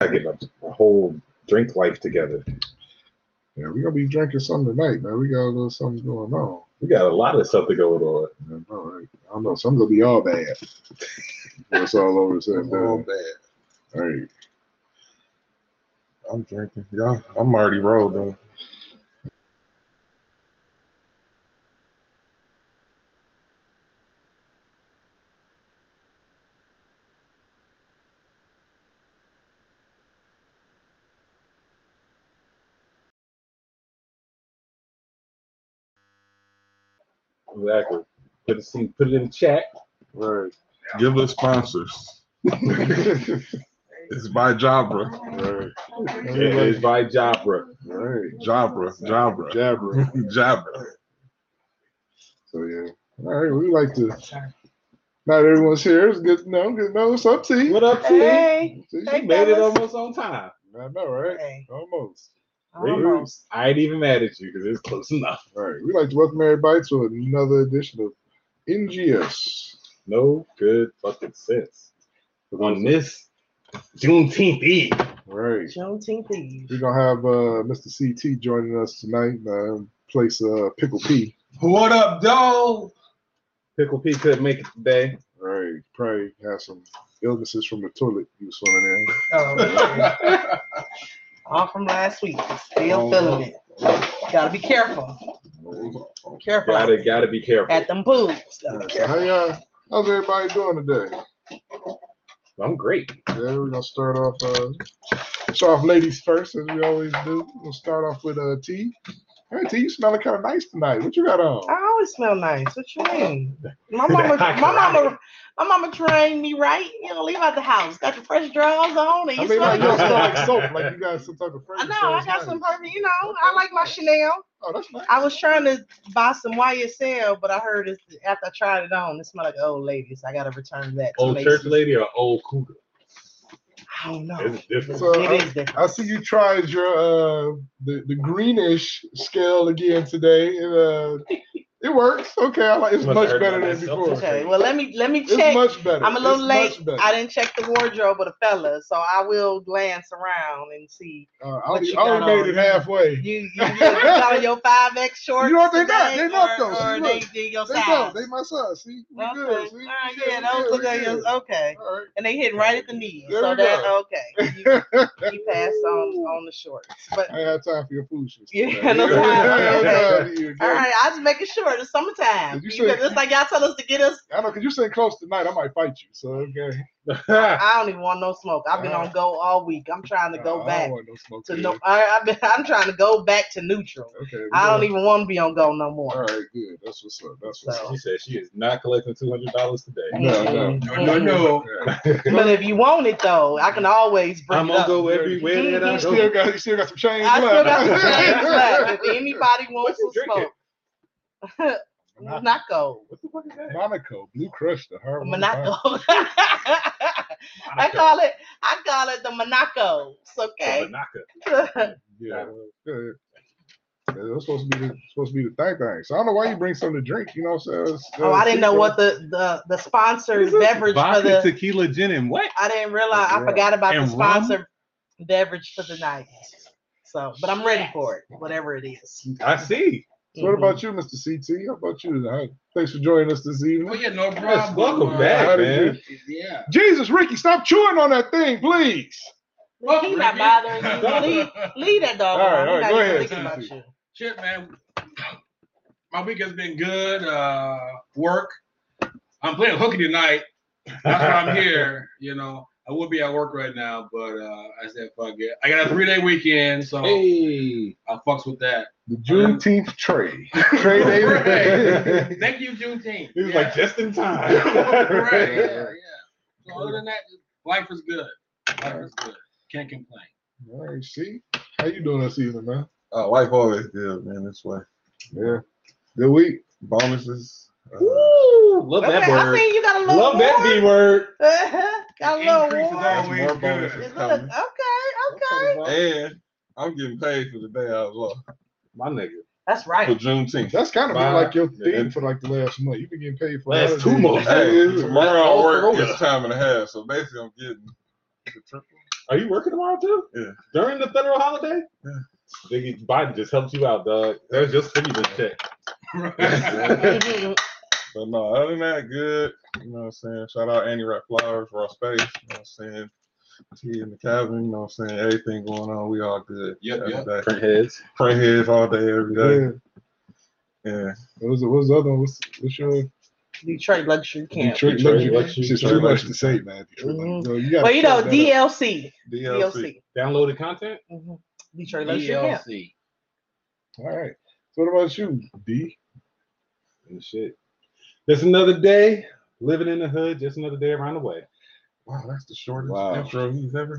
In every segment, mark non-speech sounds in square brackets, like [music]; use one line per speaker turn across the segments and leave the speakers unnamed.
I get a, a whole drink life together.
Yeah, we gonna be drinking something tonight, man. We got a little something going on.
We got a lot of stuff to go on.
Yeah, all right. I don't know. Some gonna be all bad. [laughs] It's all over the same
Oh,
thing.
bad.
All right.
I'm drinking. Yeah, I'm already rolling.
Exactly. Put it, in- put it in the chat.
[laughs]
Right.
Give us sponsors. It's by Jabra.
right.
It is by Jabra.
Right.
Jabra. Jabra.
Jabber.
Jabra.
So yeah. All right. We like to. Not everyone's here. It's good to know. Good to know. What's up, T?
What up, T?
Hey.
See,
You made it almost on time.
I know, right?
Hey.
Almost.
Almost.
I ain't even mad at you because it's close enough.
All right. We like to welcome everybody to another edition of NGS.
No good fucking sense. On this Juneteenth Eve.
Right.
Juneteenth Eve.
We're gonna have uh, Mr. CT joining us tonight. Uh, place uh, Pickle P.
What up, dog?
Pickle P couldn't make it today.
Right, probably have some illnesses from the toilet you was swimming
Oh, yeah. All from last week. Still feeling it. Gotta be careful.
in.
Careful. out
Gotta
there.
gotta be careful.
At them pools. Gotta be
Alright, so
careful.
how y'all? How's everybody doing today?
I'm great.
Yeah, we're gonna start off. Uh, start off ladies first, as we always do. We'll start off with uh, T. Hey, T, you smelling kind of nice tonight. What you got on?
I always smell nice. What you mean? My mama, my mama, my mama trained me right. You know, leave out the house. Got your fresh drawers on, and
I
you
mean,
smell
like you don't
good.
smell like soap. Like you got some type of.
I
fragrance,
know.
so
I
it's
got
[laughs]
some
nice.
perfume. You know, I like my Chanel.
Oh, that's nice.
I was trying to buy some YSL, but I heard it after I tried it on. It smelled like an old lady, so I gotta return that. to
Old
Macy's.
church lady or old cooter?
I don't know.
It's different.
So
it
I,
is different.
I see you tried your uh the, the greenish scale again today, and uh, it works. Okay, I like it's
Must
much
have heard
better
about
than
that soap.
before.
Okay, well let me let me
It's
check.
much better.
I'm a little
It's
late.
much better. Uh,
I didn't check the wardrobe of the fella, so I will glance around and see.
Uh, I
what
only,
you
I only
got
made
on.
it halfway.
You you, you got your five X shorts.
know what they got?
today,
They not
or-
those.
or
See,
they,
look.
they your
They
size.
go. They my size. See, we
okay.
good. See,
All right,
Shit,
yeah,
we
those look like
good, we
yours. Okay.
good. All right.
And they hit right at the knees.
There
so
we
that
go.
okay. You, you passed on on the shorts. But
I ain't have time for your foolishness.
Yeah,
today. I
no
ain't
time.
have time for you, okay?
all right, I was making sure it's summertime.
Did you
Because
say-
it's like y'all tell us to get us
I know, cause you sitting close tonight, I might fight you. So okay.
I don't even want no smoke. I've been on go all week. I'm trying to
Nah,
go
Uh, I
back
don't want no smoke
to
today.
no. I, I've been, [laughs] I'm trying to go back to neutral.
Okay. we
I don't
good.
even want to be on go no
All
more.
right, good. That's what's up. That's what's
So-
she said she is not collecting two hundred dollars today.
no, no,
Mm-mm,
no,
mm-mm.
no.
up. Yeah.
Mm-hmm. But if you want it though, I can always bring
I'm
it
gonna
up.
go everywhere that I
You
go.
still got you still got some change
I still got
[laughs]
some change left.
left.
If anybody
What
wants
you
to
drinking?
smoke, [laughs] Monaco,
What the fuck is that?
Monaco, Blue Crush, the hard one.
Monaco. [laughs] I call it, I call it the Monaco. Okay.
Monaco.
[laughs]
Yeah. yeah. Yeah, That's supposed to be the, supposed to be the thing thing. So I don't know why you bring something to drink. You know what I'm saying? It's,
Oh,
uh,
I didn't know
seafood.
what the the the sponsored beverage for
Vodka,
the
tequila, gin, and what?
I didn't realize I
Yeah.
forgot about the
And rum?
sponsor beverage for the night. So, but I'm ready for it, whatever it is.
I see.
So
Mm-hmm.
What about you, Mr. CT? How about you? tonight? Thanks for joining us this
Oh
evening.
yeah, no problem.
Yes, welcome
How
back,
did
man.
Yeah.
Jesus, Ricky, stop chewing on that thing, please.
Mhm. He not bothering
[laughs]
you. Leave, leave that dog.
All right, all right,
alone. He not
go
even
ahead,
thinking about
Susie.
you.
Shit, man. My week has been good. Uh, work. I'm playing hooky tonight. That's
Uh-huh.
why I'm here. You know, I would be at work right now, but uh, I said fuck it. I got a three day weekend, so
Hey,
I fucks with that.
The Juneteenth [laughs] tray. Tray [laughs] day.
Right.
Thank you, Juneteenth.
he was
Yeah.
like [laughs] just in time.
[laughs]
[laughs]
right,
Right,
yeah,
right.
yeah. So other than that, life is good. Life is good. Can't complain.
All right, see? How you doing this evening, man?
Uh, life always good, man. This way.
Yeah. Good week.
Bonuses. uh,
Woo, love that
Okay, I
word.
seen you got a little
Love that
warm.
B word.
[laughs] got a little
Increase is
warm.
always
More
good.
bonuses.
It look-
coming.
Okay, okay.
and I'm getting paid for the day I was off
My nigga.
That's
[laughs]
for
right.
Juneteenth.
That's kind of been
Bye.
like your theme
Yeah.
for like the last month. You've been getting paid for
Last
holidays.
two months.
Hey,
Yeah.
tomorrow I
all
work
Corona.
is time and a half, so basically I'm getting the triple.
Are you working tomorrow too?
Yeah.
During the federal holiday?
Yeah.
Nigga, Biden just helped you out, dog. That was just stimulus check. [laughs]
But no, other than that, good. You know what I'm saying? Shout out Annie Rap Flowers, Raw Space. You know what I'm saying? T and the cabin, you know what I'm saying? Everything going on, we all good.
Yep,
every
yep.
day.
Printheads.
Pray heads all day, every day.
Yeah.
Yeah.
What was, what was the other one? What's, what's your
Detroit luxury camp.
Detroit,
Detroit
luxury?
luxury-
It's just
Detroit
too much
luxury.
to say, man. Detroit
Mhm.
luxury. You gotta
Well, you
spell
know,
that
DLC,
DLC.
DLC,
Downloaded content?
Mhm. Detroit
E
luxury camp.
DLC.
out. All right. So what about you, D?
And shit. Just another day living in the hood, just another day around the way.
Wow, that's the shortest
Wow.
intro he's ever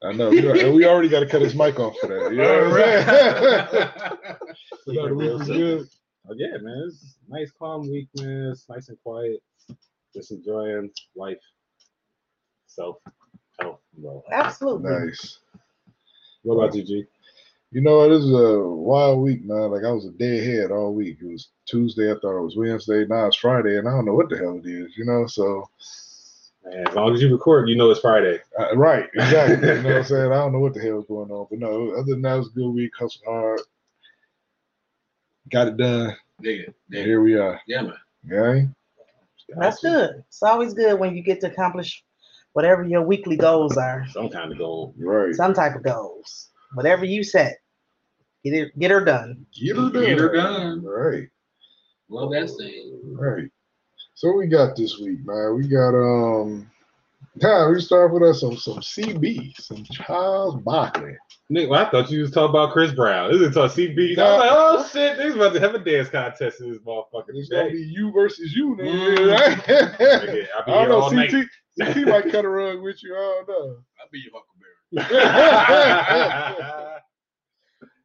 had.
I know. We, are, we already got to cut his mic off for that. You know what I'm saying? [laughs]
Keep it
Thought it
real
was
simple.
good.
Oh, yeah, man. It's a nice, calm week, man. It's nice and quiet. Just enjoying life, self, health, bro.
Absolutely.
Nice.
What about you, G?
You know, it was a wild week, man. Like I was a day ahead all week. It was Tuesday. I thought it was Wednesday. Now it's Friday, and I don't know what the hell it is. You know, so
Man, as long as you record, you know it's Friday.
uh, right, [laughs] exactly. you know what I'm saying? I don't know what the hell's going on, but no. Other than that, it was a good week. Hustled hard, got it done.
Dig it.
and
Dig it.
Here we are.
Yeah, man.
Yeah.
That's good. It's always good when you get to accomplish whatever your weekly goals are,
Some kind of goal.
Right.
some type of goals, whatever you set. Get it, get her done.
Get her done.
Get her done.
Right.
Love that saying.
Right. So what we got this week, man. We got um. Nah, we start with us some some CB, some Charles Barkley.
Nick, well, I thought you was talking about Chris Brown. This is talking CB. I was like, oh shit, they was about to have a dance contest in this motherfucker
It's gonna
today.
be you versus you, nigga.
Mm.
Right?
Nigga, I'll Mm. be
[laughs] I
here all
don't know.
night.
CT, CT might cut a rug with you. I don't know.
I'll be your Huckleberry.
[laughs]
[laughs]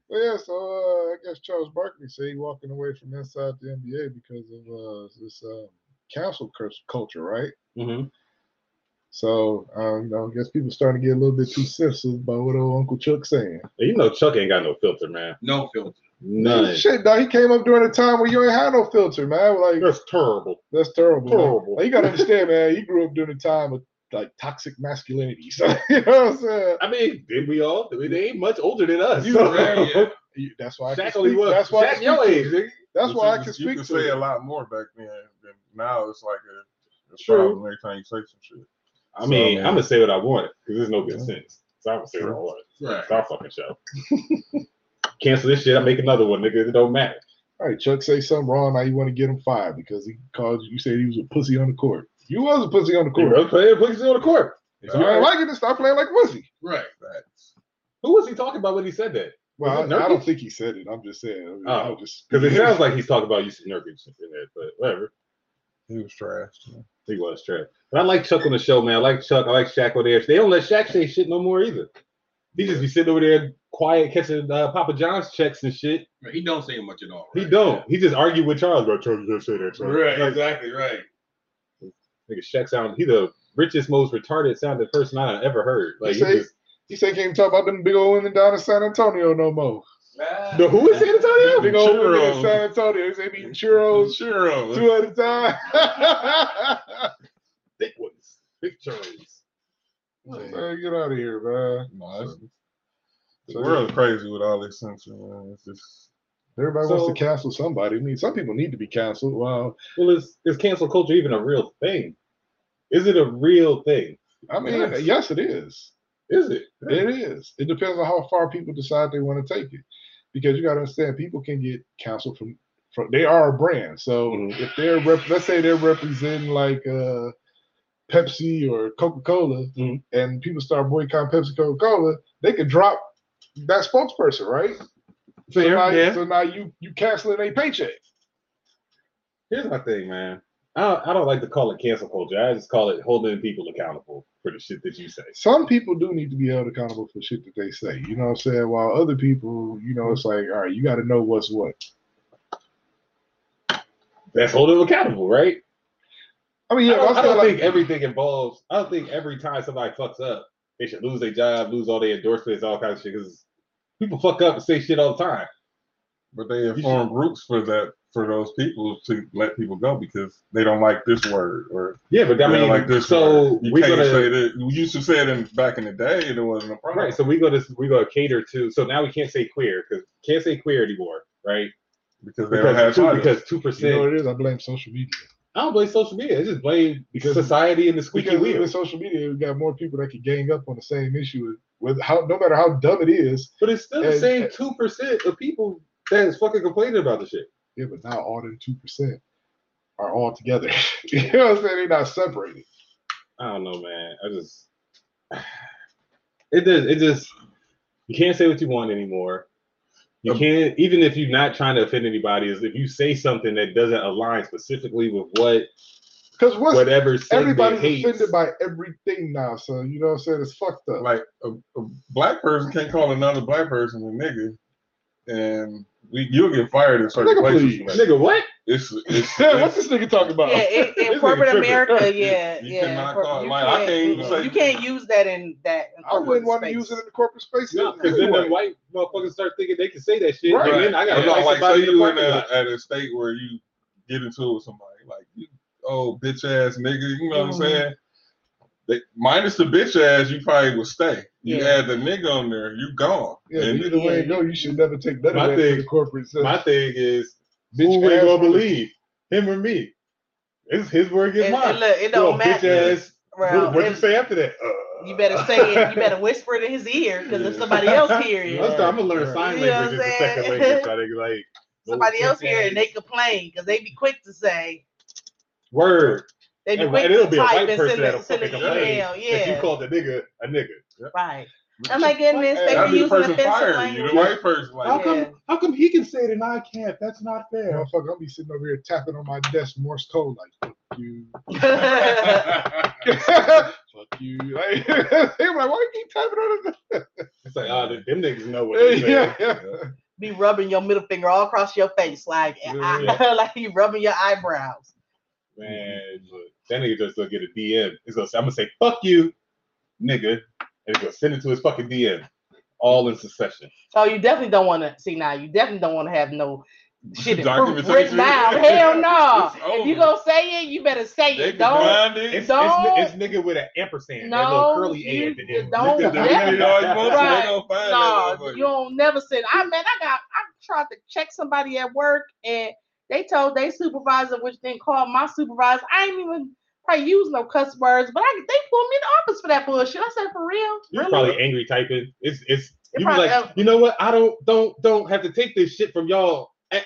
But yeah, so uh, I guess Charles Barkley said he walking away from inside the NBA because of uh, this um, cancel cur- culture, right?
Mhm.
So um, you know, I guess people starting to get a little bit too sensitive about what old Uncle Chuck's saying.
You know Chuck ain't got no filter, man.
No filter.
None.
Shit, dog, he came up during a time where you ain't had no filter, man. Like
That's terrible.
That's terrible. man.
Terrible.
Like, you gotta understand, man. He grew up during a time of like toxic masculinity. [laughs] So you know what I'm saying?
I mean, did we all? I mean, they ain't much older than us.
You
so-
right, yeah.
You- That's why I can
[laughs] Shaq only
speak.
was.
That's why I
Shaq
can
your
speak.
age, nigga.
That's
But
why I
you
can
You
speak
can
to
say a
it.
lot more back then. Than now it's like a, a
True.
problem every time you say some shit.
I mean,
So-
I'm gonna say what I want because there's no good
Yeah.
sense. So I'm gonna say what I
True.
want.
Right.
It's our fucking show. [laughs] Cancel this shit. I make another one, nigga. It don't matter.
All right, Chuck say something wrong. Now you want to get him fired because he called you. You said he was a pussy on the court. You was a pussy on the
Cool.
court.
Player, please on the court.
If you ain't like it, then stop playing like a pussy.
Right.
Facts.
Who was he talking about when he said that?
Well, I,
it
I
Nurkic?
don't think he said it. I'm just saying. I mean, I
Oh,
was just
Because it sounds like he's talking about Yusuf Nurkic in that, but whatever.
He was trash. man.
He was trash. But I like Chuck on the show, man. I like Chuck. I like Shaq over there. They don't let Shaq say shit no more either. He just be sitting over there quiet, catching uh, Papa John's checks and shit.
Right. He don't say much at all.
He
right?
don't. He just argue with Charles, bro. Charles, you don't say that. Charles.
Right.
Like,
Exactly. Right.
nigga, Shaq sound. He the richest, most retarded sounding person I ever heard. Like, he
say-
just,
he said, "Can't talk about them big old women down in San Antonio no more."
the who is San Antonio?
Big old women in
Churros.
San Antonio. They say they eating churros,
Sure.
two at a time.
Thick ones, big Charles.
Man, get out of here, man.
No, that's- the
So-
world's crazy with all this censor, man. It's just
Everybody
So-
wants to cancel somebody. I mean, some people need to be canceled. Well,
Well, is is cancel culture even a real thing? Is it a real thing?
I mean,
Yes.
yes, it is.
Is it?
It is. It depends on how far people decide they want to take it, because you got to understand, people can get canceled from from they are a brand. So
Mhm.
if they're rep, let's say they're representing like uh, Pepsi or Coca Cola,
Mhm.
and people start boycotting Pepsi Coca Cola, they could drop that spokesperson, right? So now,
yeah.
so now you you canceling a paycheck.
Here's my thing, man. I don't, I don't like to call it cancel culture. I just call it holding people accountable for the shit that you say.
some people do need to be held accountable for shit that they say. You know what I'm saying? While other people, you know, it's like, all right, you got to know what's what.
That's holding them accountable, right?
I mean,
Yeah,
yeah,
I don't,
but
I
I feel
don't
like
think everything involves. I don't think every time somebody fucks up, they should lose their job, lose all their endorsements, all kinds of shit. Because people fuck up and say shit all the time.
but they
should-
form groups for that for those people to let people go because they don't like this word or
Yeah, but I
they don't
mean,
like this.
so
word. you
we're
can't
gonna
say that. You used to say it in, back in the day, and it wasn't a problem.
Right. So we go to we go to cater to. So now we can't say queer because can't say queer anymore, right?
because they don't
Because
have
two,
titles.
because two
You know
percent.
what it is? I blame social media.
I don't blame social media. I just blame
Because-
society and the squeaky
Because
wheel.
with social media, we got more people that can gang up on the same issue with how no matter how dumb it is.
But it's still the
And-
same two percent of people that is fucking complaining about the shit.
Yeah, but now all the two percent are all together. [laughs] you know what I'm saying? They're not separated.
I don't know, man. I just it does it just you can't say what you want anymore. You
Um,
can't even if you're not trying to offend anybody, is if you say something that doesn't align specifically with what
Because once
whatever segment
everybody's
hates.
offended by everything now, so you know what I'm saying? It's fucked up.
like a, a black person can't call another black person a nigga, and we you'll get fired in certain
Nigga,
places.
please.
for that.
Nigga, what?
It's
[laughs]
[laughs]
it's,
What's this
it's
nigga talking [laughs] about?
Yeah, in,
This
in
nigga
corporate
tripping.
America, yeah,
You
yeah.
cannot
cor-
call it
you,
like- I
can't,
can't even
mm,
say-
you can't use that in that. In
I wouldn't
corporate
want to
space.
use it in the corporate space.
No,
either.
because then the
Anyway.
white motherfuckers start thinking they can say that shit.
Right.
And then I
I
got to
got
fight
like say
somebody in the
you in
parking
a,
lot.
at a state where you get into it with somebody like you oh bitch ass nigga, you know what I'm
Mhm.
saying? They, minus the bitch ass, you probably would stay. You
Yeah.
add the nigga on there, you gone.
Yeah,
And
either way it
Yeah.
go, you should never take none
My
of that to
thing-
the corporate system.
My thing is,
Bitch
who we
ass
gonna
nigga.
believe? Him or me? It's his word
And,
against
and
mine.
look, it
Well,
don't
bitch
matter.
ass.
Well,
What, what'd you
if-
say after that?
[laughs]
Uh,
you better say it. You better whisper it in his ear because if somebody else hear
I'm,
it,
Right.
gonna learn
Right.
sign
You know
language
what
as a
I'm
second
saying?
language. I think, like
somebody
little
else
bitch
hear it,
ass.
and they complain because they be quick to say
word.
they be
And-
quick
and it'll
to
be a
type
white
and
person
send,
that'll
a, send an
fucking complain
email.
If you
Yeah,
called a nigga a nigga,
right. Oh my goodness,
Hey, I'd
they were
That'd be the
using
person
offensive
firing you,
language.
the white person. Like,
how come?
Yeah.
How come he can say it and I can't? That's not fair.
Motherfucker, I'll be sitting over here tapping on my desk Morse code like fuck you.
[laughs]
fuck you. [laughs] Like, they were like, why you keep tapping on the
It's like, ah, them niggas know what
[laughs]
they
desk? [laughs]
say.
Yeah, yeah.
[laughs] be rubbing your middle finger all across your face, like
Yeah.
[laughs] like you rubbing your eyebrows.
Mm-hmm. Man, look, that nigga just gonna get a DM. It's gonna say, I'm gonna say, fuck you, nigga. And it's gonna send it to his fucking DM. All in succession.
So you definitely don't want to see now. You definitely don't want to have no shit and proof
Documentation.
written down.
[laughs]
Hell no.
It's
If you
over.
gonna say it, you better say
They
it.
can
Don't.
grind
[laughs]
it.
It's, it's,
Don't-
it's nigga with an ampersand. that
No,
little curly
you-
A at the end.
don't
Niggas that we always want, so they
Right.
don't find that
No,
motherfucker.
you don't never send. I man, I got. I tried to check somebody at work, and they told they supervisor, which then called my supervisor. I ain't even probably use no cuss words, but I they pulled me in the office for that bullshit. I said for real.
You're
Really?
probably angry typing. It's it's you
It
be
probably-
like, you know what? I don't don't don't have to take this shit from y'all. Eh,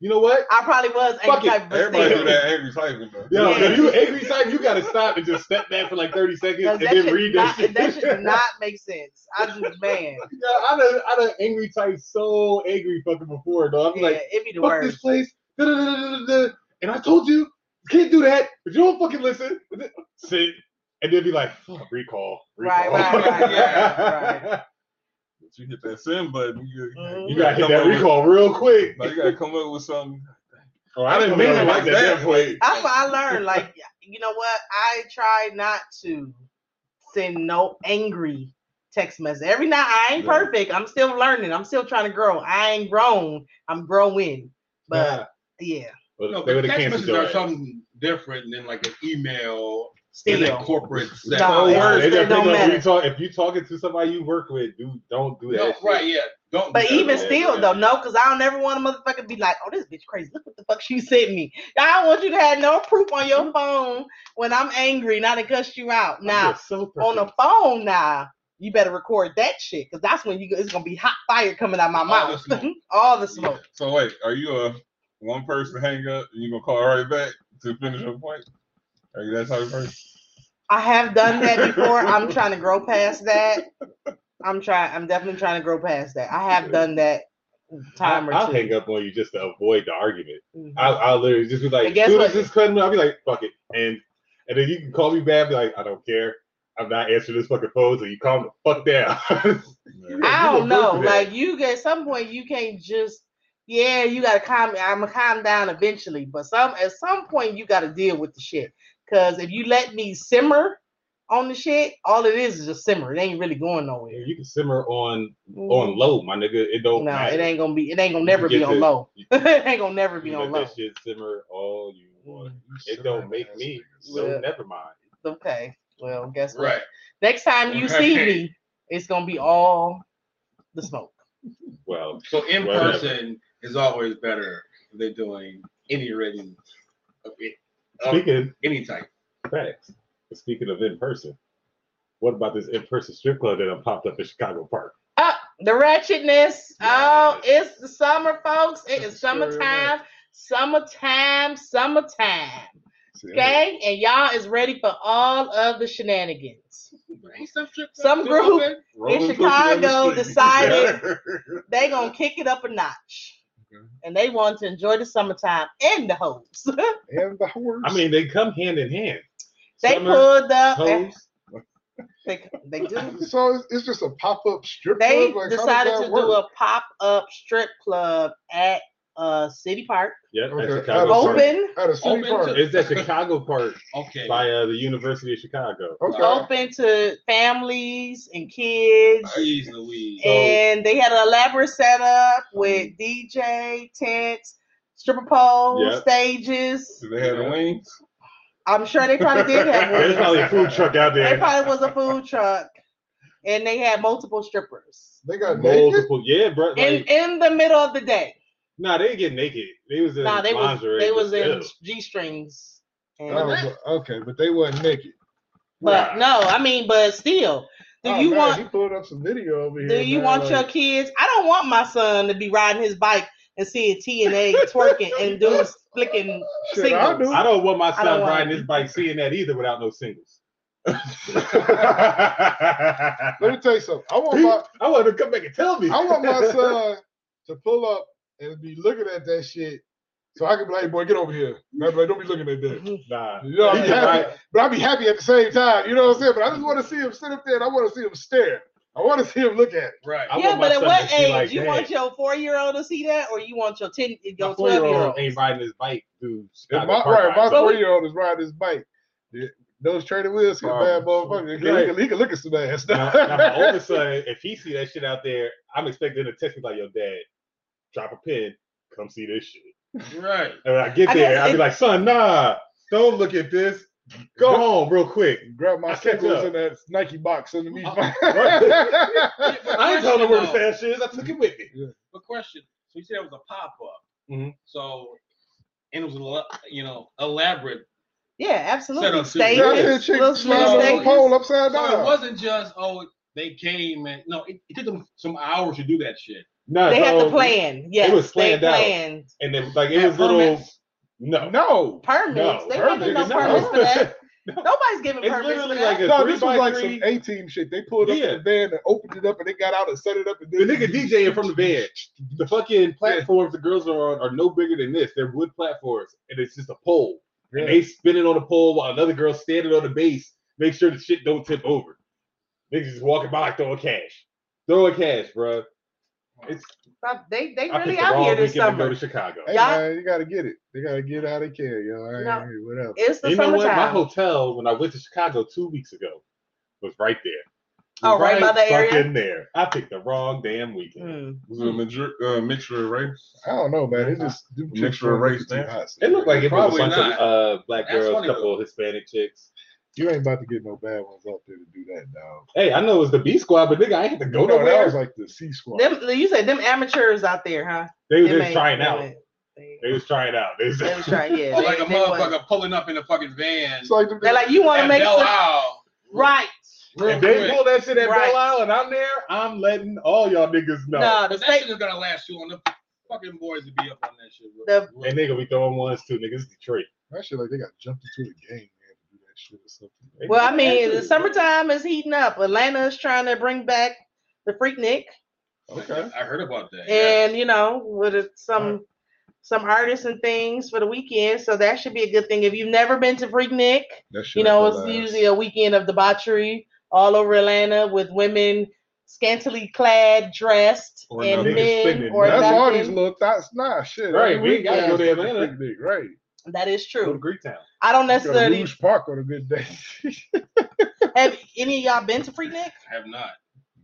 You know what?
I probably was
Fuck
angry
it.
type of
Everybody
Yeah.
do
[laughs]
that angry typing though.
Yo,
Yeah.
if you angry type, you gotta stop and just step back for like 30 seconds
Because
and
that,
then
should
read that
not,
shit. [laughs]
that should not make sense. I just, man,
Yeah, I done, I done angry type so angry fucking before, dog. I'm
yeah,
like,
it'd be the
fuck this
worst.
place. da, da, da, da, da, da. And I told you, can't do that. But you don't fucking listen. Sit. And then be like, fuck, recall. [laughs]
Right,
recall.
right,
[laughs]
right, right,
But you hit that send button, you,
Mhm.
You gotta hit
come
that
up with-
recall real quick.
Like, you gotta come up with something.
Or Oh, I didn't mean it like that. that way.
That's what I learned. Like, you know what? I try not to send no angry text message. Every night, I ain't
Yeah.
perfect. I'm still learning. I'm still trying to grow. I ain't grown. I'm growing. But yeah,
But
No,
they
but
would have
text messages
canceled
are
your ass.
something different than like an email in a
still.
corporate
It's
setting.
No,
all
it
words. They
don't
just think about
matter.
you talk- If you talking to somebody you work with, dude, don't do that.
No,
shit.
right, yeah. Don't. do
But
that.
even
Yeah,
still,
yeah.
though, no, because I don't ever want a motherfucker to be like, oh, this bitch crazy. Look what the fuck she sent me. I don't want you to have no proof on your phone when I'm angry and I done cussed you out.
Mm-hmm. I'm
Now,
just so
on the
perfect.
phone now, you better record that shit because that's when you it's gonna be hot fire coming out my
All
mouth.
the smoke.
[laughs] All the smoke.
So wait, are you a one person hang up and you gonna call right back to finish your point? Are you that type of person?
I have done
[laughs]
that before. I'm trying to grow past that. I'm trying. I'm definitely trying to grow past that. I have done that time
I,
or
I'll
two.
hang up on you just to avoid the argument.
Mhm.
I'll, I'll literally just be like,
And guess
dude,
what?
is this cutting? I'll be like, fuck it. And and then you can call me back, be like, I don't care. I'm not answering this fucking phone, so you calm the fuck down. [laughs]
I
You
don't
gonna go
know.
for that.
Like you get some point you can't just yeah, you gotta calm I'm gonna calm down eventually, but some at some point you gotta deal with the shit. Cause if you let me simmer on the shit, all it is is just simmer. It ain't really going
Yeah,
nowhere.
You can simmer on
Mm.
on low, my nigga. It don't
no,
matter.
it ain't gonna be. It ain't gonna never
You
be
get
on
to-
low.
you-
[laughs] it ain't gonna never
you
be
let
on low.
that shit simmer all you
Mm,
want. It
Shit,
don't
I
make
guess.
me. So
Yeah.
never mind.
Okay. Well, guess what?
Right.
Next time
[laughs]
you see
Right.
me, it's gonna be all the smoke.
Well,
So in
Whatever.
person is always better than doing any written of it, of
speaking
any type.
of facts, speaking of in person, what about this in person strip club that done popped up in Chicago Park?
Up the wretchedness. Oh,
Yes.
it's the summer, folks. It
That's
is
the story of
summertime, summertime, summertime.
See, I-
Okay, and y'all is ready for all of the shenanigans.
Ain't some strip
Some
clubs
group-
doing that?
rolling pussy
Chicago
down the street. [laughs]
decided- They gonna kick it up a notch,
Okay.
and they want to enjoy the summertime and the hoes.
And the horse.
I mean, they come hand in hand.
[laughs] they
Summer,
pulled up. and-
hoes,
They, they
[laughs]
do.
so it's, it's just a pop up strip
They
club. Like, how
decided
does that
to
work?
do a pop up strip club at uh City Park,
yeah,
Okay,
at Chicago Park.
Open.
open
at a city
Open
park.
to-
It's at Chicago Park
Okay.
by uh, the University of Chicago.
okay.
open to families and kids.
Jeez Louise.
So- Mm-hmm.
and they had an elaborate setup with DJ tents, stripper poles,
Yep.
stages.
Do they have the wings?
I'm sure they probably
[laughs]
did have
There's
one.
probably a food truck out
There
there.
probably was a food truck, and they had multiple strippers.
They got
[laughs]
naked.
Multiple, yeah, bro. Like,
In in the middle of the day,
nah, they didn't get naked. They was in
nah, they was
lingerie.
they
but
was in
still.
g strings.
Oh,
But
but- okay, but they wasn't naked.
Right.
no, I mean, but still, do
Oh,
you
man,
want
He pulled up some video over here.
Do you
man,
want
like,
your kids? I don't want my son to be riding his bike and see a T and A twerking and dudes flicking
shit, I
singles.
do.
I don't want my
don't
son
want
riding
it.
his bike seeing that either without no
[laughs]
singles. [laughs]
Let me tell you something. I want my
I want him to come back and tell me.
I
[laughs]
want my son to pull up and be looking at that shit, so I can be like, "Boy, get over here." And I'd be like, "Don't be looking at that."
Nah.
You know,
He
I'd be
just
happy,
ride-
but I'd be happy at the same time. You know what I'm saying? But I just want to see him sit up there. and I want to see him stare. I want to see him look at it.
Right.
I
yeah,
want my
but at
son to
what
be
age?
like,
you
"Dad,
want your four year old to see that, or you want your ten,
my
your twelve year
four-year-old
old?
ain't riding his bike through
If
Chicago
my,
Park
right, my
ride.
Well, we-
four year old is riding his bike. yeah, Those training wheels, he's a bad motherfucker. He can- He, can, he can look at some ass.
now, now my
[laughs]
older son, if he see that shit out there, I'm expecting him to text me like, "Yo, dad, drop a pin, come see this shit."
Right.
And when I get
I
there,
guess
I'll be
it-
like, "Son, nah, don't look at this. Go home real quick."
Grab my
I catch
singles
up. Uh,
in that Nike box underneath my. [laughs]
[laughs] right. [laughs] I ain't
But
telling him where the
question, though,
fast shit is. I took it with me.
But question. So you said it was a pop up.
Mhm.
So and it was a lot, you know elaborate.
Yeah,
Set
absolutely.
up, too.
Y'all see a
Stages,
chick
little
slide
little
on a
stages.
pole
stages.
upside
So it
down.
wasn't just oh they came and no it, it took them some hours to do that shit.
No,
They had
so-
to plan. Yes,
was planned
they
out.
planned.
and then like
Had
it was little.
permits?
No,
No.
Permits.
no,
they
permits,
didn't give no
no.
permits for that.
[laughs]
Nobody's giving
It's
permits.
literally
for that.
like a
No,
three
this
by
was like
three.
some A team shit. They pulled up
Yeah.
in the van and opened it up and they got out and set it up and
the nigga DJing from the bed. The fucking platforms the girls are on are no bigger than this. They're wood platforms, and it's just a pole. And they spin it on a pole while another girl standing on the base, make sure the shit don't tip over. Niggas just walking by like throwing cash, throwing cash, bro. It's
Stop- They they
I
really
picked the
out
wrong
here
weekend
this
to go
summer.
to Chicago.
Hey,
Y'all-
man, you gotta get it. They gotta get it how they can, yo. I ain't
No.
here, whatever.
It's the
you know what? My
summertime.
hotel when I went to Chicago two weeks ago was right there.
Oh, right by the area?
fucking there. I picked the wrong damn weekend.
Mm.
Was it a major, uh, mixture of race?
I don't know, man. It just them
Mixture
chicks
of
don't
race,
get too
man.
hot.
It looked like it was a
Probably
bunch
not.
of uh, black
That's
girls,
funny,
couple Hispanic chicks.
you ain't about to get no bad ones out there to do that, dog.
Hey, I know it was the B squad, but nigga, I ain't had to go
no, that
nowhere.
was like the C squad.
Them, you said them amateurs out there, huh?
they were
Them
just
ain't
trying
doing
out.
it. They,
They was trying out. They was
they was trying, yeah.
Like
they,
a
they wasn't-
motherfucker pulling up in a fucking van.
It's like them
They're like, you want to
at
make
Belle
some
Isle,
right?
real
if they
quick.
pull that shit at
Right.
Belle Isle and I'm there, I'm letting all y'all niggas know.
No, the
But that
state,
shit is gonna last too long. The fucking boys will be up on that shit. bro.
The-
And nigga, we throwing ones too, niggas Detroit.
that shit like they got jumped into the game, man, to do that shit or something.
They
well, I
just
mean,
had
the
to.
summertime is heating up. Atlanta is trying to bring back the Freaknik,
Okay.
I heard about that.
and you know, with a- some some artists and things for the weekend. So that should be a good thing. If you've never been to Freaknik,
That shit
you
ain't
know,
gonna
it's
last.
usually a weekend of debauchery all over Atlanta with women scantily clad, dressed,
Or
and
nothing.
men
Spending
or
money.
That's all these
nothing.
little thoughts. Nah, shit.
Right,
every
we ain't gotta
weekend
go to
is fucking
Atlanta.
picnic, Right.
That is
Go to
true.
Greektown.
I don't
You go to
necessarily
Rouge Park on a good day.
Have any of y'all been to Freaknik?
I have not.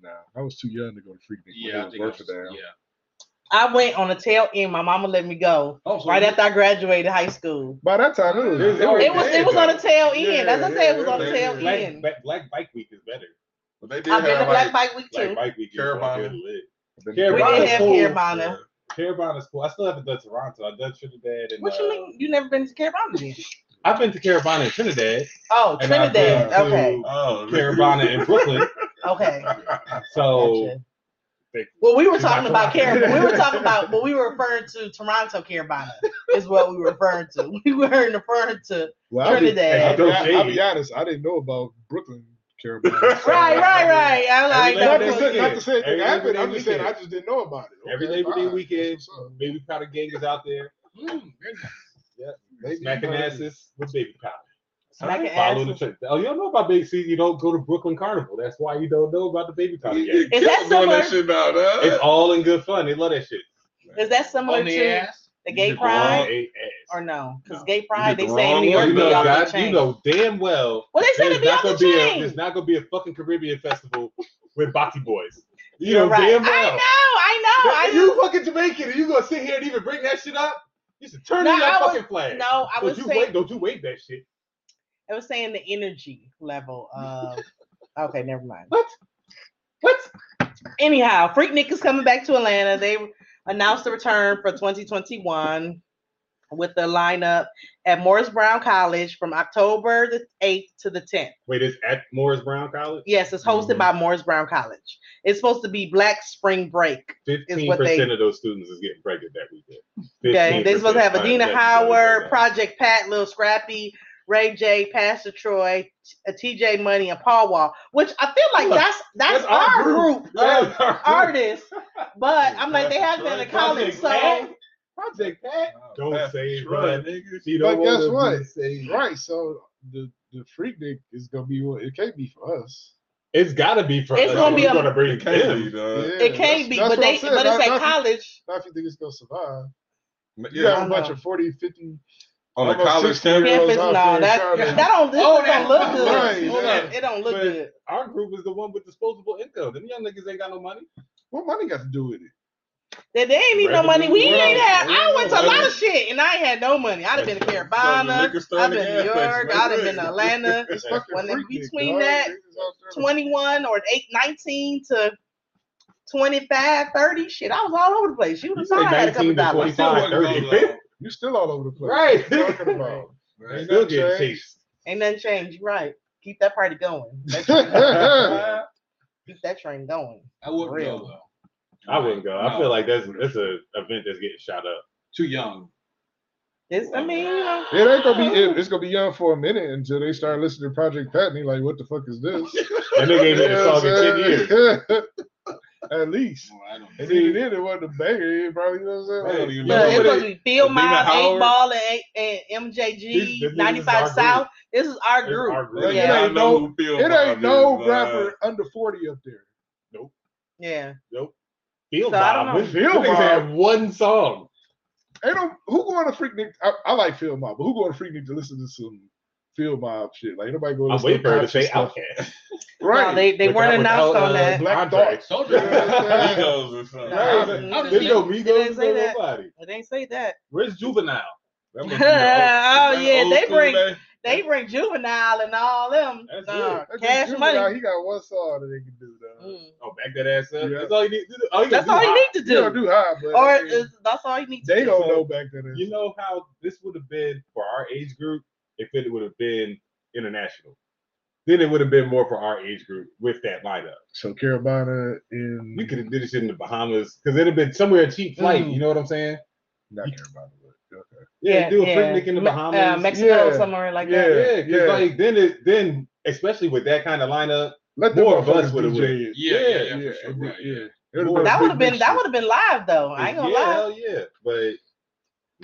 Nah, I was too young to go to Freak Nick.
Yeah, I think I
worth
was- yeah.
I went on the tail end. My mama let me go
Oh, so
right
you-
after I graduated high school.
By that time, it was.
It was-
It was it was on the tail end.
Yeah,
As I said, it was
yeah,
on the
yeah,
tail
yeah.
Black,
end.
Black- Black Bike Week is better.
But they did
I've been to
have
Black
like.
Bike Week
Black
too.
Bike Week is
Carabana.
fucking lit.
Then-
Yeah,
We
Carabana
didn't have
cool.
Carabana.
Carabana is cool. I still haven't done Toronto. I've done Trinidad and.
What you
uh,
mean? You never been to Carabana? then?
I've been to Carabana in Trinidad.
Oh,
and I've been
Trinidad.
to
Okay,
Oh,
Carabana in
[laughs]
Brooklyn.
okay.
So
Gotcha.
they-
Well, we were
It's not
talking about
Toronto.
Carabana. We were talking about, but we were referring to Toronto Carabana is what we were referring to. [laughs] We weren't referring to.
Well, I'll be,
Trinidad.
I'll, be, I'll be
Shade.
honest. I didn't know about Brooklyn Carabana.
Right, right, right. I'm like,
Every
Not
Labor Day
to say, not to
weekend.
say anything
Every
happened.
Labor Day
I'm just saying I
weekend.
just didn't know about it.
every
Okay,
Labor Day
fine.
weekend,
That's what's up.
baby powder gang is out there
Mm, very nice.
Baby
smacking
powder.
asses with baby powder.
Smacking
Follow the
asses.
trend. Oh, you don't know about baby. See, you don't go to Brooklyn Carnival. That's why you don't know about the baby powder gang.
Is that
doing that
similar?
shit now, dawg.
It's all in good fun. They love that shit.
is that similar
On the
to
ass.
the gay
You did the wrong
pride
eight ass.
or no? Because
No.
gay pride,
did
they
the
say in
wrong
New York,
one.
You
you
know,
know,
God,
change.
you know damn well
Well, they said
there's
it'd be
not
off
gonna
the
be a there's
chain.
not gonna be a fucking Caribbean festival with Bati boys. You
You're
know
right.
damn
I
well.
know, I
If
know, I
you fucking Jamaican and you gonna sit here and even bring that shit up? You should turn
No,
in your
I was-
fucking flag.
know. No, I
don't
was
you
saying,
wait, don't you wait that shit.
I was saying the energy level of. Okay, never mind.
What? What?
Anyhow, Freak Nick is coming back to Atlanta. They announced the return for 2021 with the lineup at Morris Brown College from October the 8th to the 10th.
Wait, it's at Morris Brown College?
Yes, it's hosted
Mm-hmm.
by Morris Brown College. It's supposed to be Black Spring Break.
Fifteen
what they-
percent of those students is getting pregnant that weekend.
Okay, they're supposed to have
15%
Adina
pregnant
Howard,
students like
Project Pat, Lil Scrappy, Ray J, Pastor Troy, a TJ Money, and Paul Wall. Which I feel like
Look,
that's that's,
that's
our
our
group,
that.
of artists. But I'm like they have
Pastor
been in
Troy,
college,
Project
so
Pat. Project Pat. Don't
Pastor
say
Troy,
that.
nigga.
You
But
don't
guess
wanna
what?
be saved.
Right. So the the freak dick is gonna be what it can't be for us.
It's gotta be for
It's
us.
gonna be
We're
a-
gonna bring
It can't be,
them.
dawg.
Yeah,
it
that's-
can't be.
that's what
But
I'm
they
saying.
but it's
Not-
at
not-
college.
Not if you think it's gonna survive.
But
You
yeah,
have a
I
bunch
know.
of 40, 50,
on a
almost
college
60 year
campus.
olds
Campus,
out
nah,
there
that-
trying to-
That don't this
Oh,
don't
that-
look good.
right,
It don't-
yeah.
It don't look
But-
good.
Our group is the one with disposable income. Them young niggas ain't got no money.
What money got to do with it?
They, they ain't need no
Revenue
money. We ain't
growth.
have. I
Yeah,
went to a lot
revenue.
of shit and I ain't had no money. I'd have been to Carabana. I've been to New York. I'd have been to Atlanta.
It's fucking
When in
freak dick,
between
dog.
that,
Niggas out there to-
21 or 8, 19 to 25, 30. Shit, I was all over the place. You would
You
have
say
thought I had a couple
19 to
dollars.
25, 30.
You still all over the place.
Right.
What you talking about?
They
Ain't
still
nothing
getting
changed.
chased.
Ain't nothing changed. You're right. Keep that party going. That train-
[laughs]
yeah,
Keep that train going.
I wouldn't
Real.
go though.
I wouldn't go. I
No.
feel like that's that's a event that's getting shot [laughs] up.
too young.
This, I mean, you know,
[laughs] it ain't gonna be. It, it's gonna be young for a minute until they start listening to Project Pat and they like, what the fuck is this?
And [laughs] they gave me the song in ten years.
in ten years. [laughs] At least.
Well, I don't
And
know.
then it did, it wasn't a banger. It probably, you know what I'm
I
saying?
don't
Like,
even
look,
know
it's
what
supposed
it-
to be Phil
Nina
Miles, Eight
Howard.
Ball, and, and
This- this-
MJG,
this is
95
our group.
South. This is our
This is
group.
our group.
Like,
Yeah.
it
I
ain't no,
know who Phil
it ain't
Bob
no
is, uh,
rapper under 40 up there.
Yeah.
Nope. Bill
So I don't
Bob.
know.
When
Bill
Bill
Bob.
had one song.
Ain't no, who going to Freak Nick? I, I like Phil Mob, but who going to Freak Nick to listen to some Field Mob shit? Like, nobody going to
I'm
listen
waiting for her to
conscious
say
stuff.
Outkast.
No,
Right.
they they
Without-
weren't announced
without,
on
uh,
that.
Black
Andre.
Thought.
Soldier.
You
[laughs]
know what I'm saying?
Migos or something.
Nah,
Right.
mm,
There you go,
they didn't
Migos.
say
Go
that.
nobody.
They didn't say that.
Where's Juvenile?
That must be the old-
[laughs] Oh,
that
yeah,
old
they
school
bring-
day.
They bring juvenile and all them.
That's
Nah,
That dude
cash
Juvenile,
money.
He got one song that they can do, though.
Mm.
Oh, back that ass up.
Yeah.
That's all you need. All you gotta
That's
do
all you
is-
need to
You don't
do.
do high, but
Or
I mean,
is, that's all you need to
they
do.
don't know back then.
You know how this would have been for our age group if it would have been international. Then it would have been more for our age group with that lineup.
So Carolina and
We could have did this shit in the Bahamas because it'd have been somewhere a cheap flight.
Mm.
You know what I'm saying?
not Carolina, but okay.
Yeah, do a
yeah.
picnic in the
Me-
Bahamas.
Uh, Mexico,
Yeah.
somewhere like
yeah,
that.
yeah, 'cause,
yeah.
like then it then especially with that kind of lineup,
Let
More of us
motherfuckers
would've
DJ
went.
it.
Yeah, yeah, yeah,
yeah,
for sure.
and
Right, yeah.
It would've
But
That
a
would
big
have been
mix
that
shit.
would have been live though. I ain't
yeah,
gonna lie.
hell yeah, but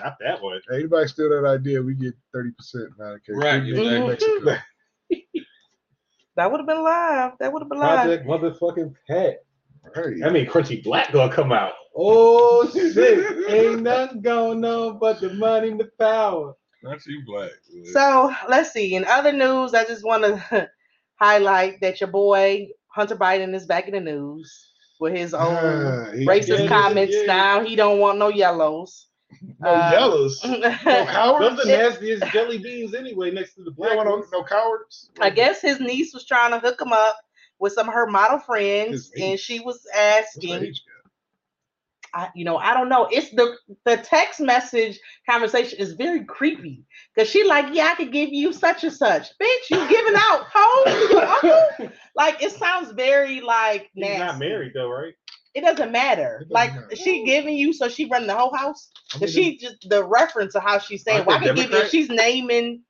not that one.
Hey, Anybody steal that idea? We get thirty percent out of case.
Right,
We
exactly.
make Mexico.
That would have been live. That would have been live.
Project motherfucking Pat.
Hey,
I mean, Crunchy Black gonna come out. [laughs] Oh shit! Ain't nothing going on but the money and the power.
Aren't you black?
So let's see. In other news, I just want to [laughs] highlight that your boy Hunter Biden is back in the news with his own
Oh,
Ah, he
racist
yeah,
comments.
yeah.
Now he don't want no yellows.
No
Uh,
yellows. No
Those
cowards.
are nastiest jelly beans anyway, next to the
You don't
black
want
ones.
no, no cowards.
[laughs] I guess his niece was trying to hook him up with some of her model frifriends,
His
and
niece?
she was
What's the
asking,
age gap?
I, you know, I don't know. It's the the text message conversation is very creepy because she like, yeah, I could give you such and such, bitch. You giving
[laughs]
out hoes to your uncle? Like it sounds very like
He's not
nasty.
married though, right?
It doesn't matter.
It doesn't
like
matter.
she giving you, so she running the whole house.
I mean,
Cause she just the reference of how she's saying,
Aren't
"Well, I
they
can give you."
Democrat?
She's naming.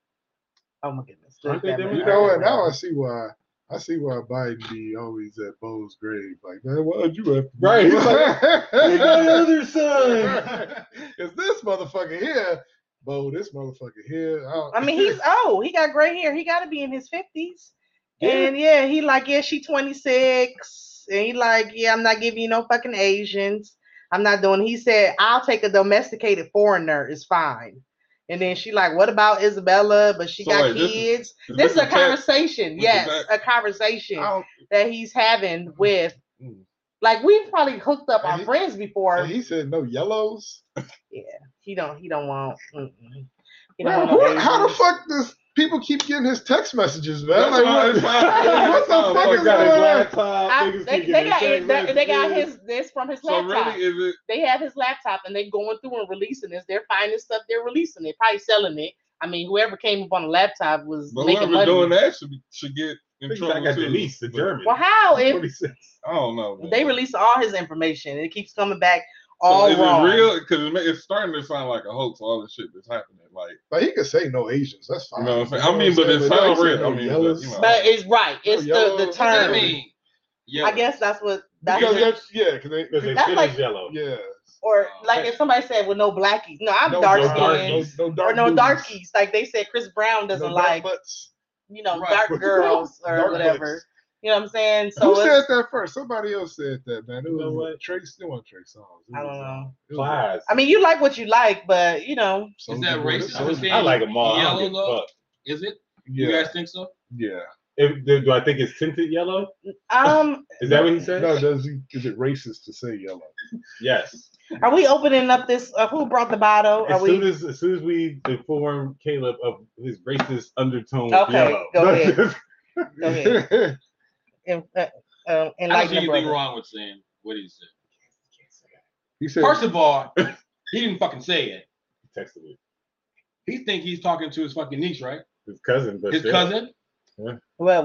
Oh my goodness!
Aren't they
Democrat.
You know what? Now I see why. I see why Biden be always at Bo's grave. Like, man, why'd you have to do [laughs]
Right, he's
that?"
Look [laughs]
[laughs]
at the other side.
Is this motherfucker here? Bo, this motherfucker here.
I
[laughs]
mean, he's old. He got gray hair. He got to be in his fifties.
Yeah.
And yeah, he like, yeah, she 26. And he like, yeah, I'm not giving you no fucking Asians. I'm not doing. He said, I'll take a domesticated foreigner. It's fine. And then she like, what about Isabella? But she
So,
got
like, this is-
kids.
[laughs]
This, is a conversation.
This is
Yes, a conversation
I don't-
that he's having with.
Mm.
Like we've probably hooked up
And
on
he-
friends before.
and he said no yellows.
He don't. He don't want. mm-mm. He don't
Man,
want no
what- how the
Asians.
fuck does people keep getting his text messages, man?
That's
Like,
why
what-
it's why-
what the
Oh,
fuck
fuck
is
got
going
his
on?
laptop.
I-
Niggas
they,
keep
they
getting
got
text
they, they got
messages.
his this from his
So
laptop.
really, is it?
They have his laptop and they're going through and releasing this. They're finding stuff. They're releasing it. Probably selling it. I mean, whoever came up on the laptop was
But
making
whoever's
money.
doing that should be, should get in
Niggas
trouble
back at
too.
Denise, the
But
German.
well, how if
26.
I don't know. man.
they release all his information? It keeps coming back
So
all
is
wrong.
it real? Because it's starting to sound like a hoax. All the shit that's happening, like
Like, he could say no Asians. That's fine.
You know what I'm saying? I mean, but
saying?
it
But
sound
he said
real.
no
I mean, but,
yellows.
you know.
But it's right. It's
yellow-
the the
What that
I
term.
mean, yeah.
I guess that's what that's
because
what-
that's yeah, because they,
Because they
That's
shit
like-
is yellow.
yeah.
or like if somebody said, "Well, no blackies. No, I'm dark
no dark-
skinned."
no, no dark
Or no
booties.
darkies, like they said, Chris Brown
No
doesn't
dark
like
butts.
you know
Right.
dark girls or
Dark
whatever.
butts.
You know what I'm saying?
Who
So it's-
said that first? Somebody else said that, man. It
You know
was
what?
Trey. It wasn't Trey Songz. It
I
was,
don't
uh,
know.
it was, uh,
Plies.
I mean, you like what you like, but you know,
Is
Soulja
that
Boy.
racist?
This was-
Understand?
I like them all. I don't
Yellow
give a
though?
fuck.
Is it? You
Yeah,
guys think so?
yeah.
If, do, do I think it's tinted yellow?
um,
Is that what he said?
No, does he? Is it racist to say yellow?
Yes.
are we opening up this? Uh, who brought the bottle? Are
As soon
we?
as as soon as we inform Caleb of his racist undertone,
Okay,
yellow.
go ahead. Go ahead. And, uh, um,
I don't see
enlighten the
anything
brother.
wrong with saying what he said.
he said.
First of all, he didn't fucking say it.
Texted me.
He think he's talking to his fucking niece, right?
His cousin, but
His
still.
cousin.
Well,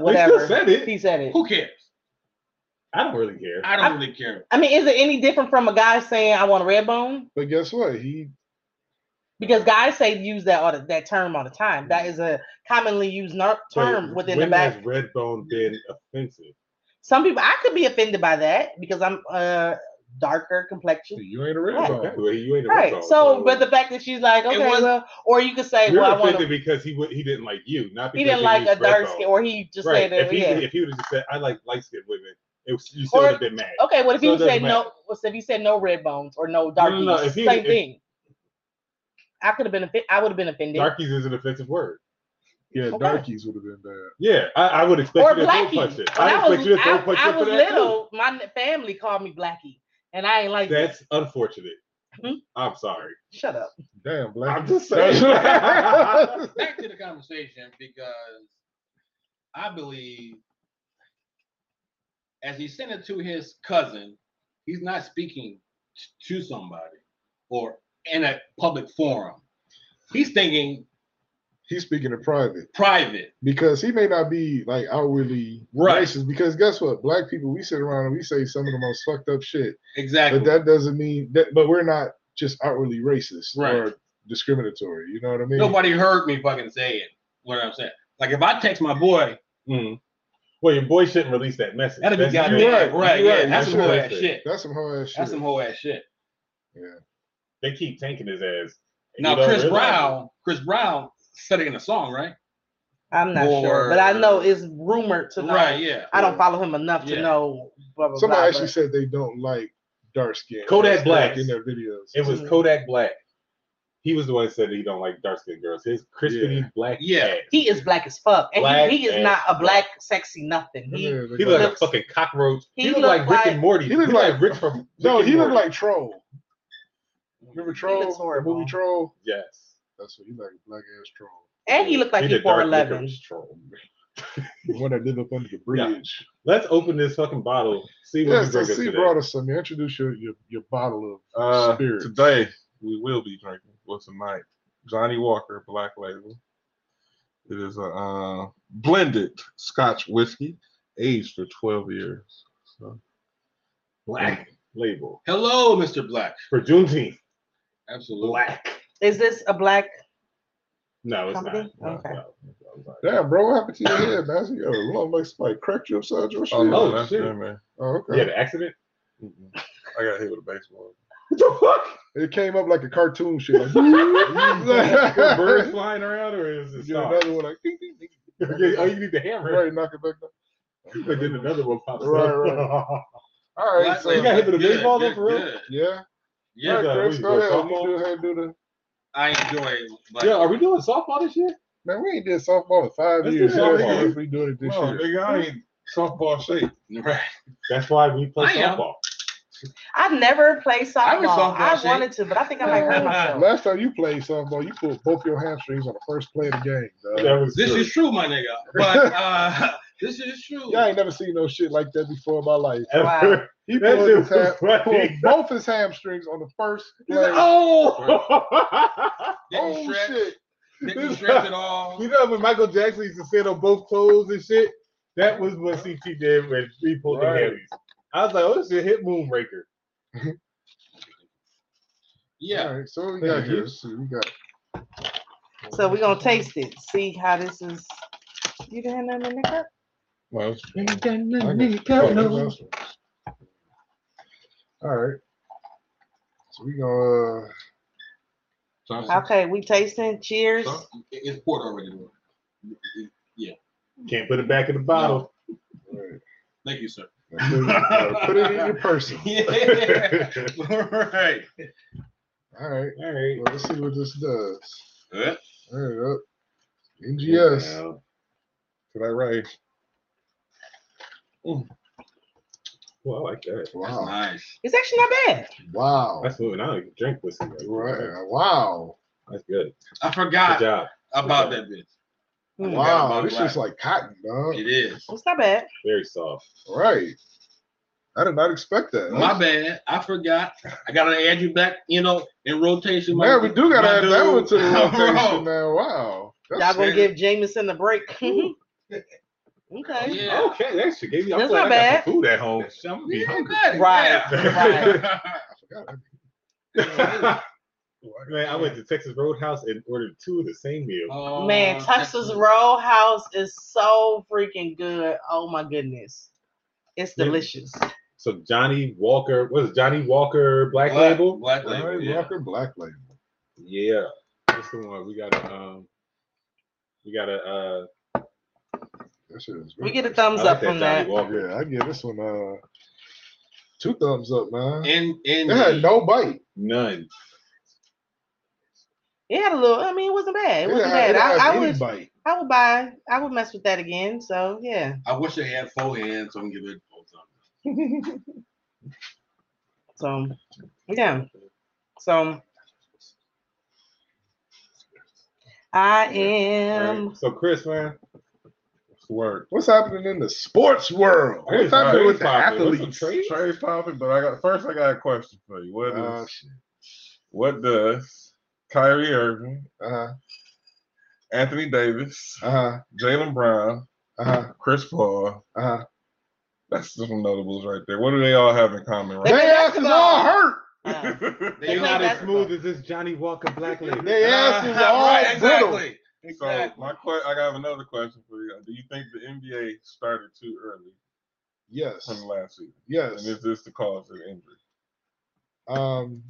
He still
whatever.
said it.
He said it.
Who cares?
I don't really care.
I don't really care.
I mean, is it any different from a guy saying "I want a red bone"?
but guess what? He
Because guys say use that all the, that term all the time. That is a commonly used nar-
But
term within the
when
back.
has red
Oh,
bone been offensive?
Some people, I could be offended by that because I'm uh darker complexion.
you ain't a
Right.
red
Okay,
bone.
well, you ain't a red
Right.
bone,
So, but the fact that she's like, okay,
was-
well, or you could say,
you're
well, I want
offended
to.
because he would he didn't like you, not because
He didn't
you
like
used
a
red
dark
bone.
skin, or he just
right.
said, that,
if he
yeah.
if he would have just said I like light skinned women, it was, you still
Or-
would have been mad.
Okay, well, if
So
he
it
would say
doesn't
no, well, so if he said no red bones or no dark
no, if he-
same
if-
thing. I could have been offended. I would have been offended.
Darkies is an offensive word.
Yeah,
Okay.
darkies would have been bad.
Yeah, I, I would expect
or
you to throw
blackie.
punch
When
it. I,
I
expect
was,
you to throw
I,
punch
I
it for
was
that too.
little, my n- family called me blackie, and I ain't like that.
That's unfortunate.
Hmm?
I'm
[laughs]
sorry.
Shut up.
Damn, black.
I'm just saying. [laughs]
Back to the conversation because I believe as he sent it to his cousin, he's not speaking t- to somebody or in a public forum. He's thinking
[laughs] He's speaking in private
private.
because he may not be like outwardly
Right.
racist. Because guess what? Black people, we sit around and we say some of the most fucked up shit.
Exactly.
But that doesn't mean that. But we're not just outwardly racist
Right.
or discriminatory. You know what I mean?
Nobody heard me fucking say it. What I'm saying. Like if I text my boy,
Mm. Well, your boy shouldn't release that message.
that'd be
That's-
goddamn
you're
right.
right.
Right.
You're
Yeah.
right.
That's
You
some
should
whole
have
ass
said
shit.
That's some whole ass shit.
That's some whole ass shit.
yeah.
They keep tanking his ass. And
Now
you don't
Chris
realize it.
Brown, Chris Brown said it in a song, right?
I'm not sure, but I know it's rumored to know.
Right, yeah.
I don't follow him enough to
Yeah.
know. Blah, blah,
Somebody
blah,
actually
but-
said they don't like dark skin.
Kodak Black.
in their videos.
It was
Mhm.
Kodak Black. He was the one that said that he don't like dark skinned girls. His crispity
Yeah.
black
Yeah.
ass.
He is black as fuck, and
Black
he, he
as
is not a
fuck.
black sexy nothing. He
Yeah, they
He
got-
looked like a
looks-
fucking cockroach. He,
he
looked, like
looked
Rick and
like-
Morty.
He looked like-
Rick from
no,
Rick and
he looked
Morty.
like Troll. Remember Troll?
looks
The
horrible.
movie Troll?
yes.
That's what he like, black ass Troll.
and he looked like he
the dark
wore eleven.
licorice troll.
The one that lived up under the bridge.
Let's open this fucking bottle. See what
Yes,
you bring
I
us
see you
today.
brought us some. You Introduce your, your, your bottle of
Uh,
Spirits.
today we will be drinking well tonight Johnny Walker Black Label. It is a uh, blended Scotch whiskey, aged for twelve years. So,
Black label
Hello, Mr. Black.
for Juneteenth.
Absolutely.
Black.
Is this a black?
No, it's
Company?
not. No,
Okay.
no, no, no, no.
Damn, bro, what happened to your head, man? I said, Yo, long like somebody cracked you upside your shit.
oh, no,
Oh,
that's
shit.
them, man.
Oh,
You
okay.
had an accident.
Mm-mm. I got hit with a baseball.
What the fuck?
It came up like a cartoon shit. Like, [laughs]
Were birds
you
flying around, or is
[laughs]
it
get
star?
another one like, ding, ding, ding.
Okay, [laughs] oh, you need the hammer.
right, knock it back down.
But then another one pops
Right,
up.
[laughs] All right,
Black
so,
label.
You got hit with a
Good,
baseball though,
good,
for real?
good.
yeah.
Yeah,
All
Yeah, uh,
right, Chris,
we
go
go
ahead.
softball.
You do ahead, do the.
I enjoy Black.
yeah, are we doing softball this year?
Man, we ain't did softball in five
Let's do
years.
softball.
Yeah, if we doing it this
No,
year.
nigga, I ain't softball shape.
[laughs] Right.
That's why we play
I am.
softball.
I never played
I'm in
softball.
softball
I
shape.
wanted to, but I think I might
[laughs]
hurt myself.
Last time you played softball, you pulled both your hamstrings on the first play of the game. Dog.
That was
This
good.
is true, my nigga. [laughs] But uh, this is true.
Yeah, I ain't never seen no shit like that before in my [laughs] life.
[laughs]
Wow.
He
That
pulled,
shit
his ham-
was funny.
pulled both his hamstrings on the first
He's
play.
like, oh!
Didn't
oh,
stretch.
shit.
Didn't stretch at all.
You know when Michael Jackson used to sit on both toes and shit? That was [laughs] what CT did when he pulled
Right.
the heavies. I was like, oh, this shit hit Moonraker.
Yeah.
All right, so what we got
Thank you.
here. Let's see, we got
So we're gonna taste it, see how this is. You didn't have nothing in the cup.
Well,
I got- oh, that's what it is. All right. So we gonna uh,
Johnson,
Okay, we tasting. Cheers.
huh? It- It's poured already. bro.
Can't put it back in the bottle.
all right.
Thank you, sir. [laughs]
Now put, it, now put it in your person. [laughs]
Yeah. right.
All right.
[laughs] All right.
Well, let's see what this does.
Huh?
All right. Up. NGS.
did I right?
Well, I like that.
That's
Wow.
nice.
It's actually not bad.
Wow.
That's what I don't even drink whiskey.
Right. Wow.
That's good.
I
Good
forgot
job.
about that bitch.
Mm.
Wow.
about
This
black.
is like cotton, dog.
It is.
It's not bad.
Very soft.
Right. I did not expect that.
My bad. I forgot. I gotta add you back, you know, in rotation. my-
[laughs] Man, we do
my
gotta add that
dude. [laughs]
one to the rotation,
Bro.
man. Wow. That's
Y'all gonna
fair.
give Jameson the break. [laughs] okay.
Yeah.
Okay, that shit gave me. I'm
That's
glad
not
I got
bad.
some food at home.
Shit, I'm gonna
be
be
[laughs] hungry.
hungry. [laughs]
Right, [laughs]
God,
Man, I went to Texas Roadhouse and ordered two of the same
Oh.
meal.
Uh, Um,
Man, Texas Roll House is so freaking good. Oh my goodness. It's
Yeah.
delicious.
So Johnny Walker, what is it, Johnny Walker Black, Label?
Black
Johnny
label. yeah.
Walker Black Label.
Yeah, that's the one. We got to, um, we got to, uh,
That shit is
We
good.
get a
I
thumbs
like
up from
Johnny
that.
Walker.
Yeah, I give this one uh two thumbs up, man.
And and
It had no bite.
None.
It had a little, I mean, it wasn't bad. It wasn't
had-
bad.
had
I, I
any
would
bite.
I would buy, I would mess with that again. So yeah.
I wish I had four hands, so I'm gonna give it four thumbs.
So yeah. So I am
um,
Alright, So Chris, man,
What's the word?
What's happening in the sports world?
Hey,
What's happening
trade
with the
popping. What's the
athletes?
trade?
Trade topic, but I got first. I got a question for you. What is
Uh, shit.
what does Kyrie Irving,
Uh-huh.
Anthony Davis,
Uh-huh.
Jalen Brown,
Uh-huh.
Chris Paul.
Uh-huh.
That's some notables right there. What do they all have in common,
They
They
right?
play
asses [laughs]
basketball.
all hurt.
uh,
they
play
not as
basketball.
smooth as this Johnny Walker Black Label.
They asses are all
Right,
brittle.
exactly.
so
Exactly.
my que- I got another question for you. Do you think the NBA started too early
Yes.
from last season, and
Yes.
is this the cause of the injury?
Um,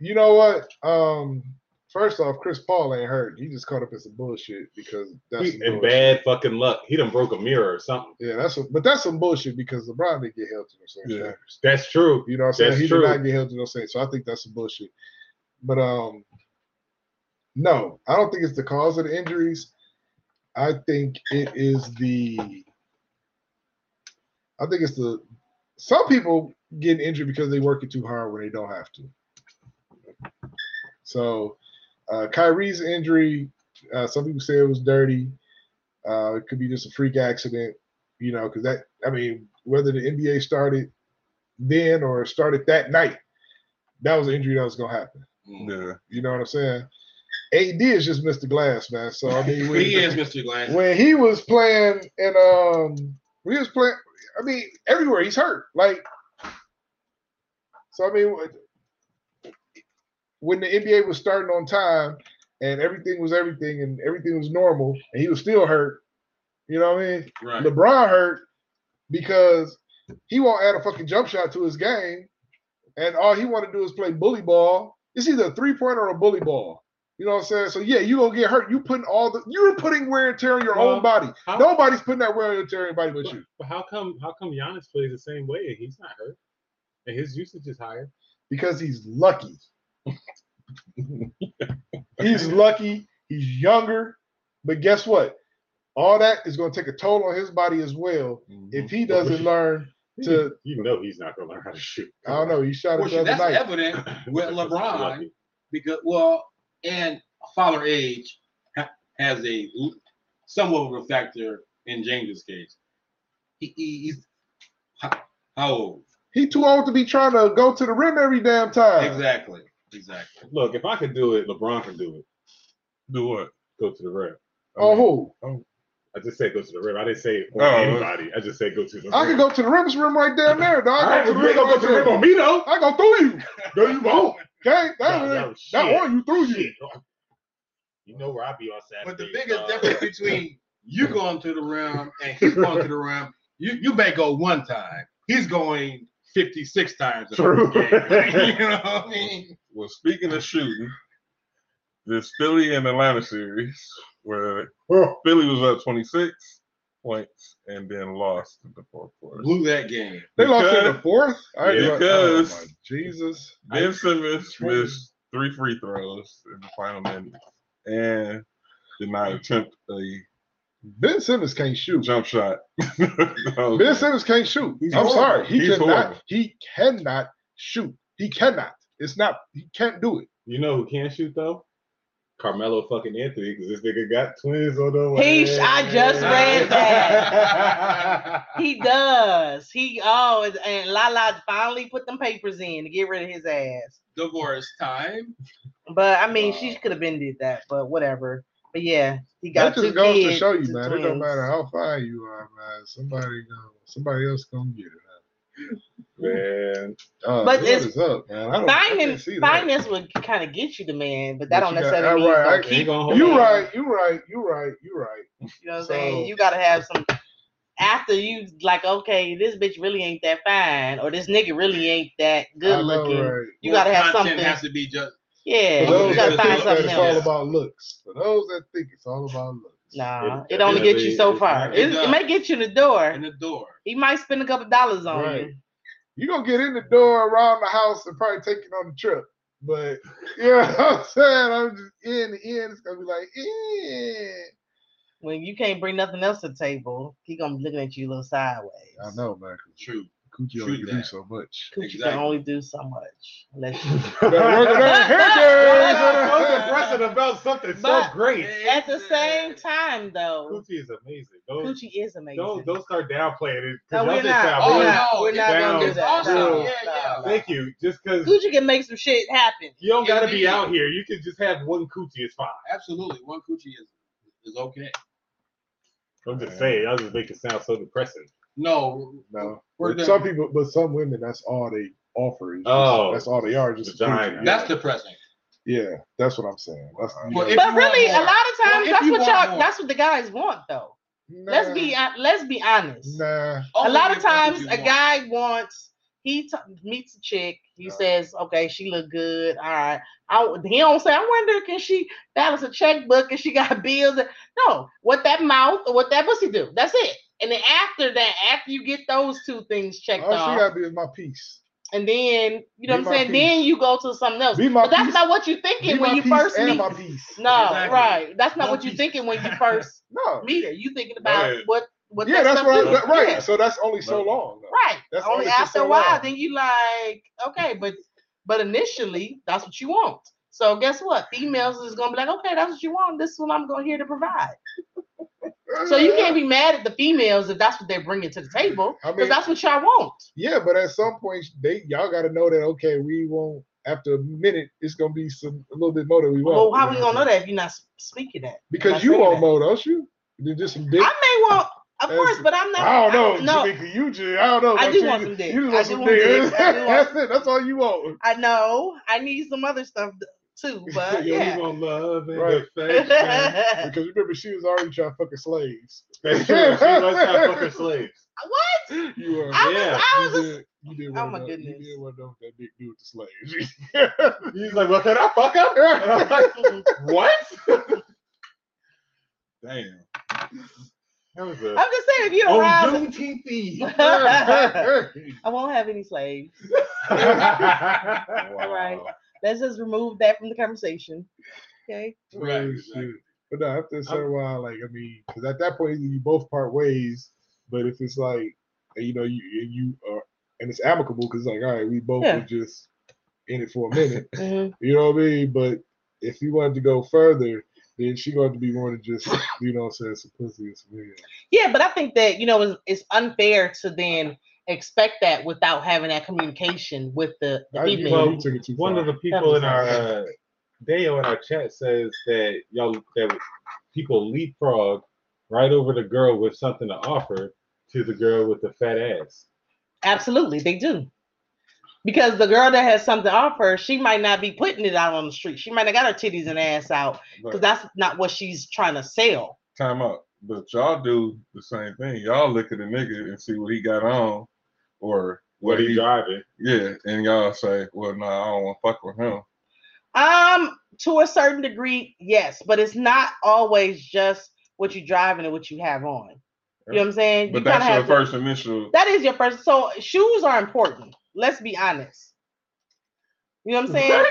you know what? Um, first off, Chris Paul ain't hurt. He just caught up in some bullshit because that's
He
some
in
bullshit.
bad fucking luck. He done broke a mirror or something.
Yeah, that's a, but that's some bullshit because LeBron didn't get held to no same
Yeah.
standards.
That's true.
You know what I'm saying?
That's
he
true.
did not get held to no same. So I think that's some bullshit. But um, No, I don't think it's the cause of the injuries. I think it is the. I think it's the. Some people get injured because they work it too hard when they don't have to. So, uh, Kyrie's injury, uh, some people say it was dirty. Uh, it could be just a freak accident, you know, because that, I mean, whether the NBA started then or started that night, that was an injury that was going to happen.
Yeah.
You know what I'm saying? AD is just Mr. Glass, man. So, I
[laughs]
mean, when,
He is Mr. Glass.
when he was playing and um, we was playing, I mean, everywhere he's hurt. Like, so I mean, when the NBA was starting on time and everything was everything and everything was normal and he was still hurt, you know what I mean?
Right.
LeBron hurt because he won't add a fucking jump shot to his game, and all he want to do is play bully ball. It's either a three pointer or a bully ball. You know what I'm saying? So yeah, you gonna get hurt. You putting all the you're putting wear and tear on your
Well,
own body.
how-
Nobody's putting that wear and tear on anybody but you.
But how come how come Giannis plays the same way and he's not hurt? And his usage is higher.
because he's lucky. he's lucky. He's younger. But guess what? All that is going to take a toll on his body as well
Mm-hmm.
if he doesn't learn to.
you know he's not gonna learn how to shoot.
I don't know. You shot it
Which
the other
that's
night.
evident
[laughs]
with LeBron because well, and father age ha- has a l- somewhat of a factor in James's case. He, he, he's how how old?
He too old to be trying to go to the rim every damn time.
Exactly, exactly.
Look, if I can do it, LeBron can do it.
Do what?
Go to the rim.
On Oh, who?
I just said go to the rim. I didn't say on
Oh.
anybody. I just said go to the rim.
I can go to the rim. It's rim right down there. Dog.
All
I
right, you
go to the rim.
ain't gonna
Right
go to the rim
there.
on me though.
I go through you.
No, you won't.
Okay, that,
Nah,
that,
yo,
that
shit.
one you through you.
Shit. You know where I be on Saturday.
But the
uh,
biggest difference between you going to the rim and he's going to the rim, you, you may go one time. He's going 56 times. a
True.
[laughs]
game. [laughs] you know what I mean?
Well, speaking of shooting, this Philly and Atlanta series where Philly was up 26 points and then lost in the fourth quarter.
Blew that game.
They lost in the fourth. I
Yeah,
because-
oh my Jesus.
Ben Simmons missed three free throws in the final minute and did not attempt a
Ben Simmons can't shoot.
jump shot. [laughs]
Ben Simmons can't shoot.
He's
I'm
horrible.
sorry. He
He's
cannot.
horrible.
He cannot shoot. He cannot. It's not. He can't do it.
You know who can shoot though? Carmelo fucking Anthony, because this nigga got twins on the
He sh- I just read
that.
He does. He always and Lala finally put them papers in to get rid of his ass.
Divorce time.
But I mean, she
Wow.
could have been did that, but whatever. But yeah, he got
that just
two
goes to
kids,
show you,
two
man. It don't
twins.
matter how fine you are, man. Somebody gonna, somebody else gonna get it.
Man,
Uh,
But
what
it's-
is up, man? I don't, I can't
Finance,
see that.
finance would kind of get you the man, but that
But
don't
you got-
necessarily mean
all right,
right,
I-
keep.
ain't
[laughs]
gonna
the
You
man.
right. You right. You right. You right.
You know what I'm
So-
saying? You gotta have some after you like, okay, this bitch really ain't that fine, or this nigga really ain't that
I
good
know,
looking.
right.
You gotta have
Content
something.
has to be just
yeah,
For those
you gotta
that
find
think that
something
it's
else.
all about looks, for those that think it's all about looks,
Nah,
It-
it, only
yeah,
gets you
it-
so
it-
far.
it
It, it may get you in the door.
in the door.
He might spend a couple dollars on
Right.
you.
you gonna get in the door around the house and probably take it on the trip. But [laughs] you know what I'm saying? I'm just in the end. It's gonna be like,
[laughs]
eh.
When you can't bring nothing else to the table, he gonna be looking at you a little sideways.
I know, man. 'cause
True.
Coochie
True
only can do
that.
so much.
Coochie can
Exactly.
only do so much. Unless you-
Better work it
[laughs]
out.
[laughs]
I'm so
Hair
depressed about something
But-
so great.
[laughs] At the same time, though,
Gucci is amazing. Don't,
Gucci is amazing.
don't don't start downplaying it. 'cause
no,
y'all
we're
just
not.
sound
Oh,
We're
really-
not,
no,
we're not
it's
gonna do
down.
that.
Awesome.
No,
Yeah, yeah.
no.
Thank you. Just because
Gucci can make some shit happen.
you don't gotta be
Yeah.
out here, you can just have one coochie. It's fine.
Absolutely. One coochie is is okay.
I'm just saying. I just make it sound so depressing.
No.
No,
We're
But
done.
some people, but some women, that's all they offer. Is just,
Oh,
that's all they are. Just a
vagina.
coochie.
That's depressing.
yeah, that's what I'm saying. That's, you
Well,
know,
if
But
you
really,
want
a
more.
lot of
Well,
times
if
that's
you
what
want
y'all
more.
that's what the guys want though.
nah,
Let's be hon- let's be honest.
nah.
a
Only
lot
if
of
that's what
times
you
a
want.
guy wants he t- meets a chick he
Yeah.
says okay she look good all right I, he don't say i wonder can she balance a checkbook and she [laughs] got bills no what that mouth or what that pussy do that's it and then after that after you get those two things checked
All Oh, she
off
gotta be is my piece.
and then you
Be
know what I'm
my
saying.
peace.
Then you go to something else.
Be my
But that's
peace.
not what you're thinking
Be
when
my
you
peace
first
and
meet.
my peace.
No,
Exactly.
right. That's not
My
what you're
peace.
[laughs]
thinking when you first
No.
meet her. You thinking about
Right.
what what
yeah,
that
that's
stuff
what. I,
do.
that- right.
Yeah.
So that's only so
Right.
long. though.
Right.
That's
only
only for
after
so
a while,
long.
then you like, okay, but but initially that's what you want. So guess what? Females is gonna be like, okay, that's what you want. This is what I'm gonna here to provide. So you can't be mad at the females if that's what they're bringing to the table,
I mean,
because that's what y'all want.
yeah, but at some point, they y'all got to know that. Okay, we won't. After a minute, it's gonna be some a little bit more than we want.
Well,
you
how we
what
gonna
I'm
know that if you're not speaking that?
saying? Because you
saying
want
that.
more, don't you? You just some dick.
I may want, of
That's-
course, but I'm not.
I don't know.
No,
Tamika, you just, I don't know.
I
about
do
you.
want some dick.
You just
I
want
do
some
want
dick.
dick. I do
[laughs]
want-
That's it. That's all you want.
I know. I need some other stuff
[laughs]
too, but
You only
Uh, yeah.
want love and
Right.
affection.
[laughs] Because remember, she was already trying to fuck her [laughs] slaves.
That's true. She was trying to fuck
[laughs]
her slaves.
[laughs] what?
You were.
I was,
Yeah,
I was
you
just-
did, you did
Oh
one
my
of them-
goodness.
You did one of them that big dude with the slaves. [laughs]
He's like, well, can I fuck her? And I'm like, what? Damn. That was a.
I'm just saying, if you don't rise,
Oh, Juneteenth.
[laughs]
I won't have any slaves.
wow.
All right. Let's just remove that from the conversation. Okay.
Right,
Oh,
exactly.
shoot. But no, after a certain while, like I mean, because at that point you both part ways. But if it's like, you know, you you are, and it's amicable because like, all right, we both
Yeah.
were just in it for a minute.
Mm-hmm.
You know what I mean? But if you wanted to go further, then she going to be more than just, you know what I'm saying, some pussy and some head.
Yeah, but I think that you know it's, it's unfair to then expect that without having that communication with the, the
I- you
female.
know,
Well,
you took it too
[laughs] One
far.
of the people in our
That
uh, Dale in our chat says that y'all that people leapfrog right over the girl with something to offer to the girl with the fat ass.
Absolutely, they do. Because the girl that has something to offer, she might not be putting it out on the street. She might not got her titties and ass out because
But
that's not what she's trying to sell.
time out. But y'all do the same thing. Y'all look at a nigga and see what he got on, or
What he driving?
Yeah, and y'all say, well, no, I don't want to fuck with him.
Um, to a certain degree, yes, but it's not always just what you driving and what you have on. You know what I'm saying?
But
you kinda
that's your
have to-
first initial.
Mm-hmm.
That is your first. So shoes are important. Let's be honest. You know what I'm saying?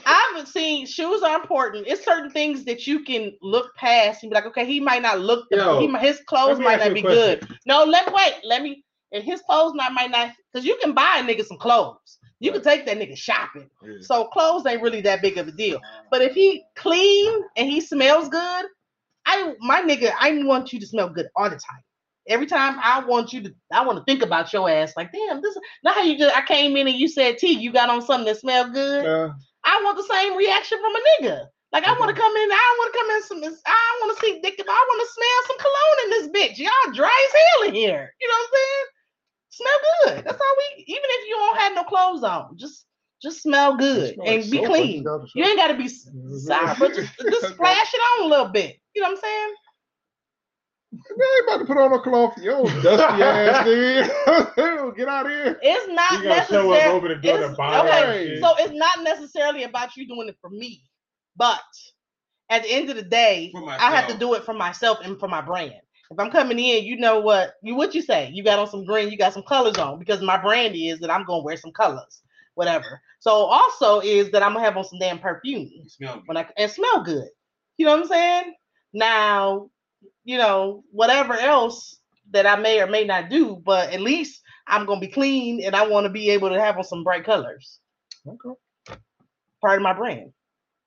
[laughs] I've seen shoes are important. It's certain things that you can look past and be like, okay, he might not look. The,
Yo,
he mi- his
Let
clothes
me
might
ask you
not
a
be
question.
good. No, let wait. Let me. And his clothes not might not because you can buy a nigga some clothes. You can take that nigga shopping.
Yeah.
So clothes ain't really that big of a deal. But if he clean and he smells good, I my nigga, I want you to smell good all the time. Every time I want you to, I want to think about your ass. Like, damn, this is not how you just. I came in and you said, "T, you got on something that smelled good."
Nah,
I want the same reaction from a nigga. Like,
Mm-hmm.
I want to come in. I want to come in some. I want to see dick. I want to smell some cologne in this bitch. Y'all dry as hell in here. You know what I'm saying? Smell good. That's all we. Even if you don't have no clothes on, just just smell
it
good
smell
and
like
be
soap when
clean.
got the
You
shower.
ain't got to be s-
Yeah, that's
sour,
right.
[laughs]
but just, just splash it on a little bit. You know what I'm saying?
Man, I ain't about to put on no cologne for your old dusty ass nigga. [laughs] Get out of here.
It's not
You gotta show up
necessary.
over the door to
it's-
buy her
okay,
shit.
So it's not necessarily about you doing it for me, but at the end of the day,
For
I have to
myself.
do it for myself and for my brand. If I'm coming in, you know what you what you say. You got on some green, you got some colors on because my brand is that I'm gonna wear some colors, whatever. So also is that I'm gonna have on some damn perfume
You smell good.
when I and smell good. You know what I'm saying? Now, you know, whatever else that I may or may not do, but at least I'm gonna be clean and I wanna be able to have on some bright colors.
Okay.
Part of my brand.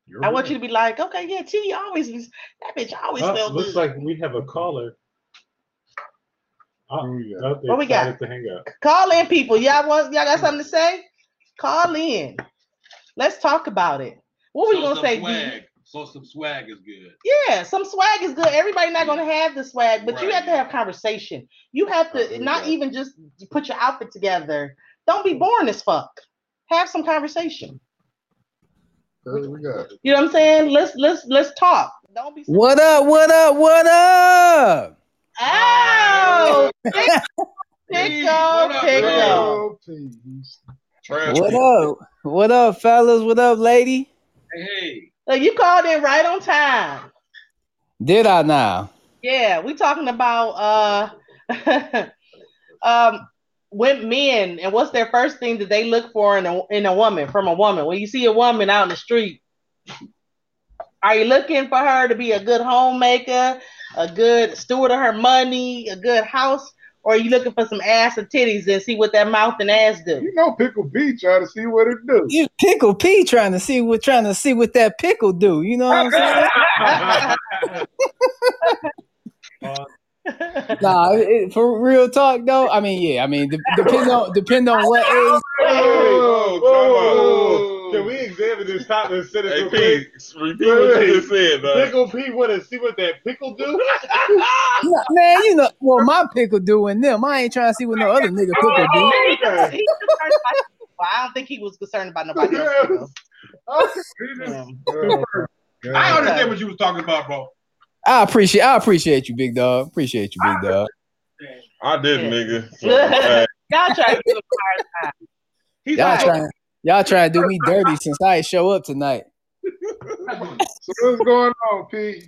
You're
I want you to be like, okay, yeah, T always was- that bitch always
Uh,
smelled
looks
good.
like we have a caller.
Who we got?
Oh, they
What we got?
decided To hang up.
Call in people. Y'all want y'all got something to say? Call in. Let's talk about it. What were you
So
gonna
some
say? D?
Swag. So some swag is good.
Yeah, some swag is good. Everybody not gonna have the swag, but you have to
Right.
have conversation. You have
I agree
to
with
not
that.
even just put your outfit together. Don't be boring as fuck. Have some conversation.
Who we got?
You know what I'm saying? Let's let's let's talk. Don't be.
What up? What up? What up?
Oh,
Hey, what
pickle,
up,
pickle.
Oh, please.
Trash
What
people.
up? What up, fellas? What up, lady?
Hey, hey.
Look, you called in right on time.
Did I now?
Yeah, we talking about uh [laughs] um with men and what's their first thing that they look for in a in a woman from a woman? When you see a woman out in the street, are you looking for her to be a good homemaker, a good steward of her money, a good house, or are you looking for some ass and titties and see what that mouth and ass
[laughs]
do? [laughs]
You know, Pickle Pete trying to see what it do.
You pickle P trying to see what trying to see what that pickle do. You know
[laughs]
what I'm saying? nah, it- it- for real talk though. I mean, yeah. I mean, de- depend on depend on what age.
Whoa, whoa.
Whoa, come on.
Can we examine this topic and send it
Hey,
real
Pete,
quick?
repeat what you just said, man.
Pickle P want to see what that pickle do?
Nah, Man, you know, well, my pickle doing them. I ain't trying to see what no other nigga pickle do.
He concerned
okay.
about- well, I don't think he was concerned about nobody else.
[laughs]
you know. Um,
I understand what you was talking about, bro.
I appreciate I appreciate you, big dog. Appreciate you, big dog.
I did,
Yeah.
nigga. So, [laughs] hey,
Y'all try to give him a hard time.
He's
Y'all
like,
trying y'all trying to do me dirty since I ain't show up tonight.
So what's going on, P?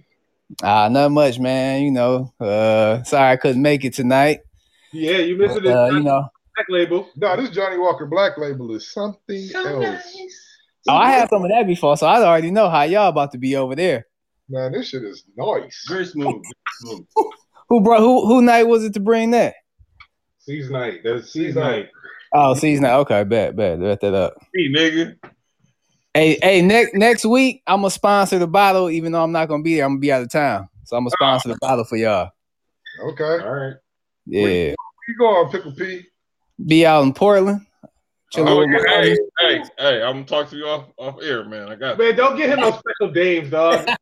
Ah, not much, man. You know, uh, sorry I couldn't make it tonight.
Yeah, you missing
But,
this
uh, you know,
black label.
No, this Johnny Walker Black Label is something
So
else.
nice.
oh, I had some of that before, so I already know how y'all about to be over there.
Man, this shit is nice.
very smooth, very smooth.
Who brought who? Who night was it to bring that?
Season night. That's season
Season
night.
Oh, season. night. Okay, bet, bet. Bet that up.
Pete, nigga.
Hey, hey, next next week I'm gonna sponsor the bottle, even though I'm not gonna be there. I'm gonna be out of town, so I'm gonna sponsor the bottle for y'all.
Okay.
All right.
Yeah,
You going, Pickle P.
be out in Portland. Chilling
Oh,
with my
hey,
homies.
hey, hey, I'm gonna talk to you off, off air, man. I got
Man, don't get him no special dames, dog. [laughs]
talk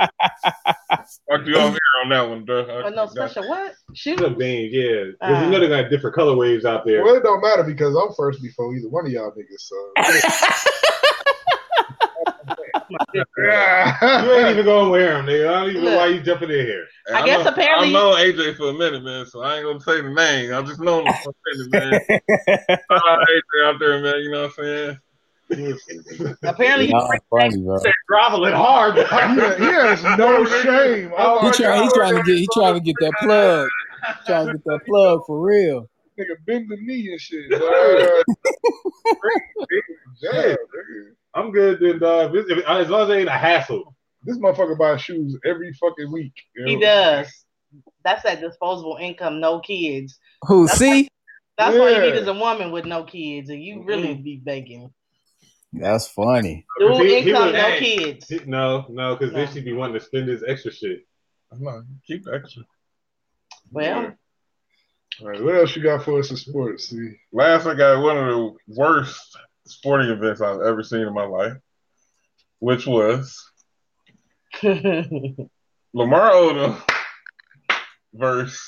to you off air on that one, bro. I-
Oh, no Uh,
I got-
special what?
Special
Shoot.
dames, yeah. Because you know they got different colorways out there.
Well, it don't matter because I'm first before either one of y'all niggas. So.
You ain't
yeah.
even gonna wear them, nigga. I don't even know
Look.
why you jumping in here.
Hey,
I guess
know,
apparently-
I know AJ for a minute, man, so I ain't gonna say the name. I just know him for a minute, man.
[laughs]
Shout out AJ out there, man. You know what I'm saying?
Apparently, you
Y'all funny, bro.
Groveling hard.
He has no shame. Oh,
He
my
trying, he
God.
trying to get, he trying to get that plug, trying to get that plug for real.
Nigga bend the knee and shit.
[laughs]
Wow. Damn, nigga.
I'm good then, dog. If- if- As long as it ain't a hassle.
This motherfucker buys shoes every fucking week. you
he
know?
does. That's that disposable income, no kids.
Who see?
That's all you
Yeah.
need is a woman with no kids, and you really be begging.
That's funny.
Dual
Mm-hmm. He- he
income,
was-
no
Hey.
kids.
No, no, because then
No.
she'd be wanting to spend his extra shit.
I'm not keep extra.
Well,
All right, what else you got for us in sports? See,
Last I got one of the worst sporting events I've ever seen in my life, which was Lamar Odom versus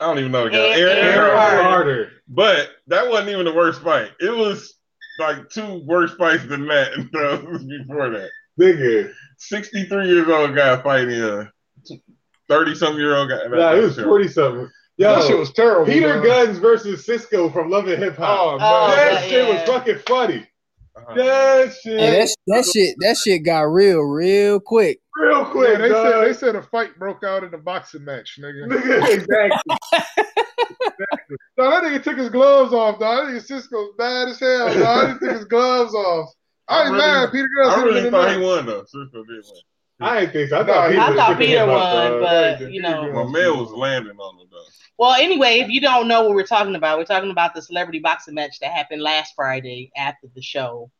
I don't even know the guy.
Aaron-
Aaron,
Aaron
Aaron
Rodgers.
Rodgers.
Harder.
But that wasn't even the worst fight. It was like two worse fights than that that was before that.
Nigga.
63 years old guy fighting a 30 something year old guy.
Nah, it was 40 something.
that shit
Yo,
was terrible.
Peter
bro.
Guns versus Cisco from Love and Hip Hop.
Oh,
[laughs] Oh,
man.
that
yeah,
shit
yeah.
was fucking funny.
Uh,
That shit.
Hey, that, sh- that shit, that shit got real, real quick.
Oh, real quick,
Yeah, they said
dog.
they said a fight broke out in a boxing match,
[laughs]
nigga.
Nigga, exactly.
No, that nigga took his gloves off. Dog. That nigga Cisco's bad as hell. Dog. That nigga took his gloves off. I
I
ain't
really-
mad. Peter Guns
I
hit him in
really
the
thought he
neck.
won though. Seriously, did win.
I ain't think so. I
Nah,
thought
he
Peter
I
was
thought
tripping
Peter
him up,
won,
dog.
but you know.
My man was landing on him though.
Well, anyway, if you don't know what we're talking about, we're talking about the celebrity boxing match that happened last Friday after the show.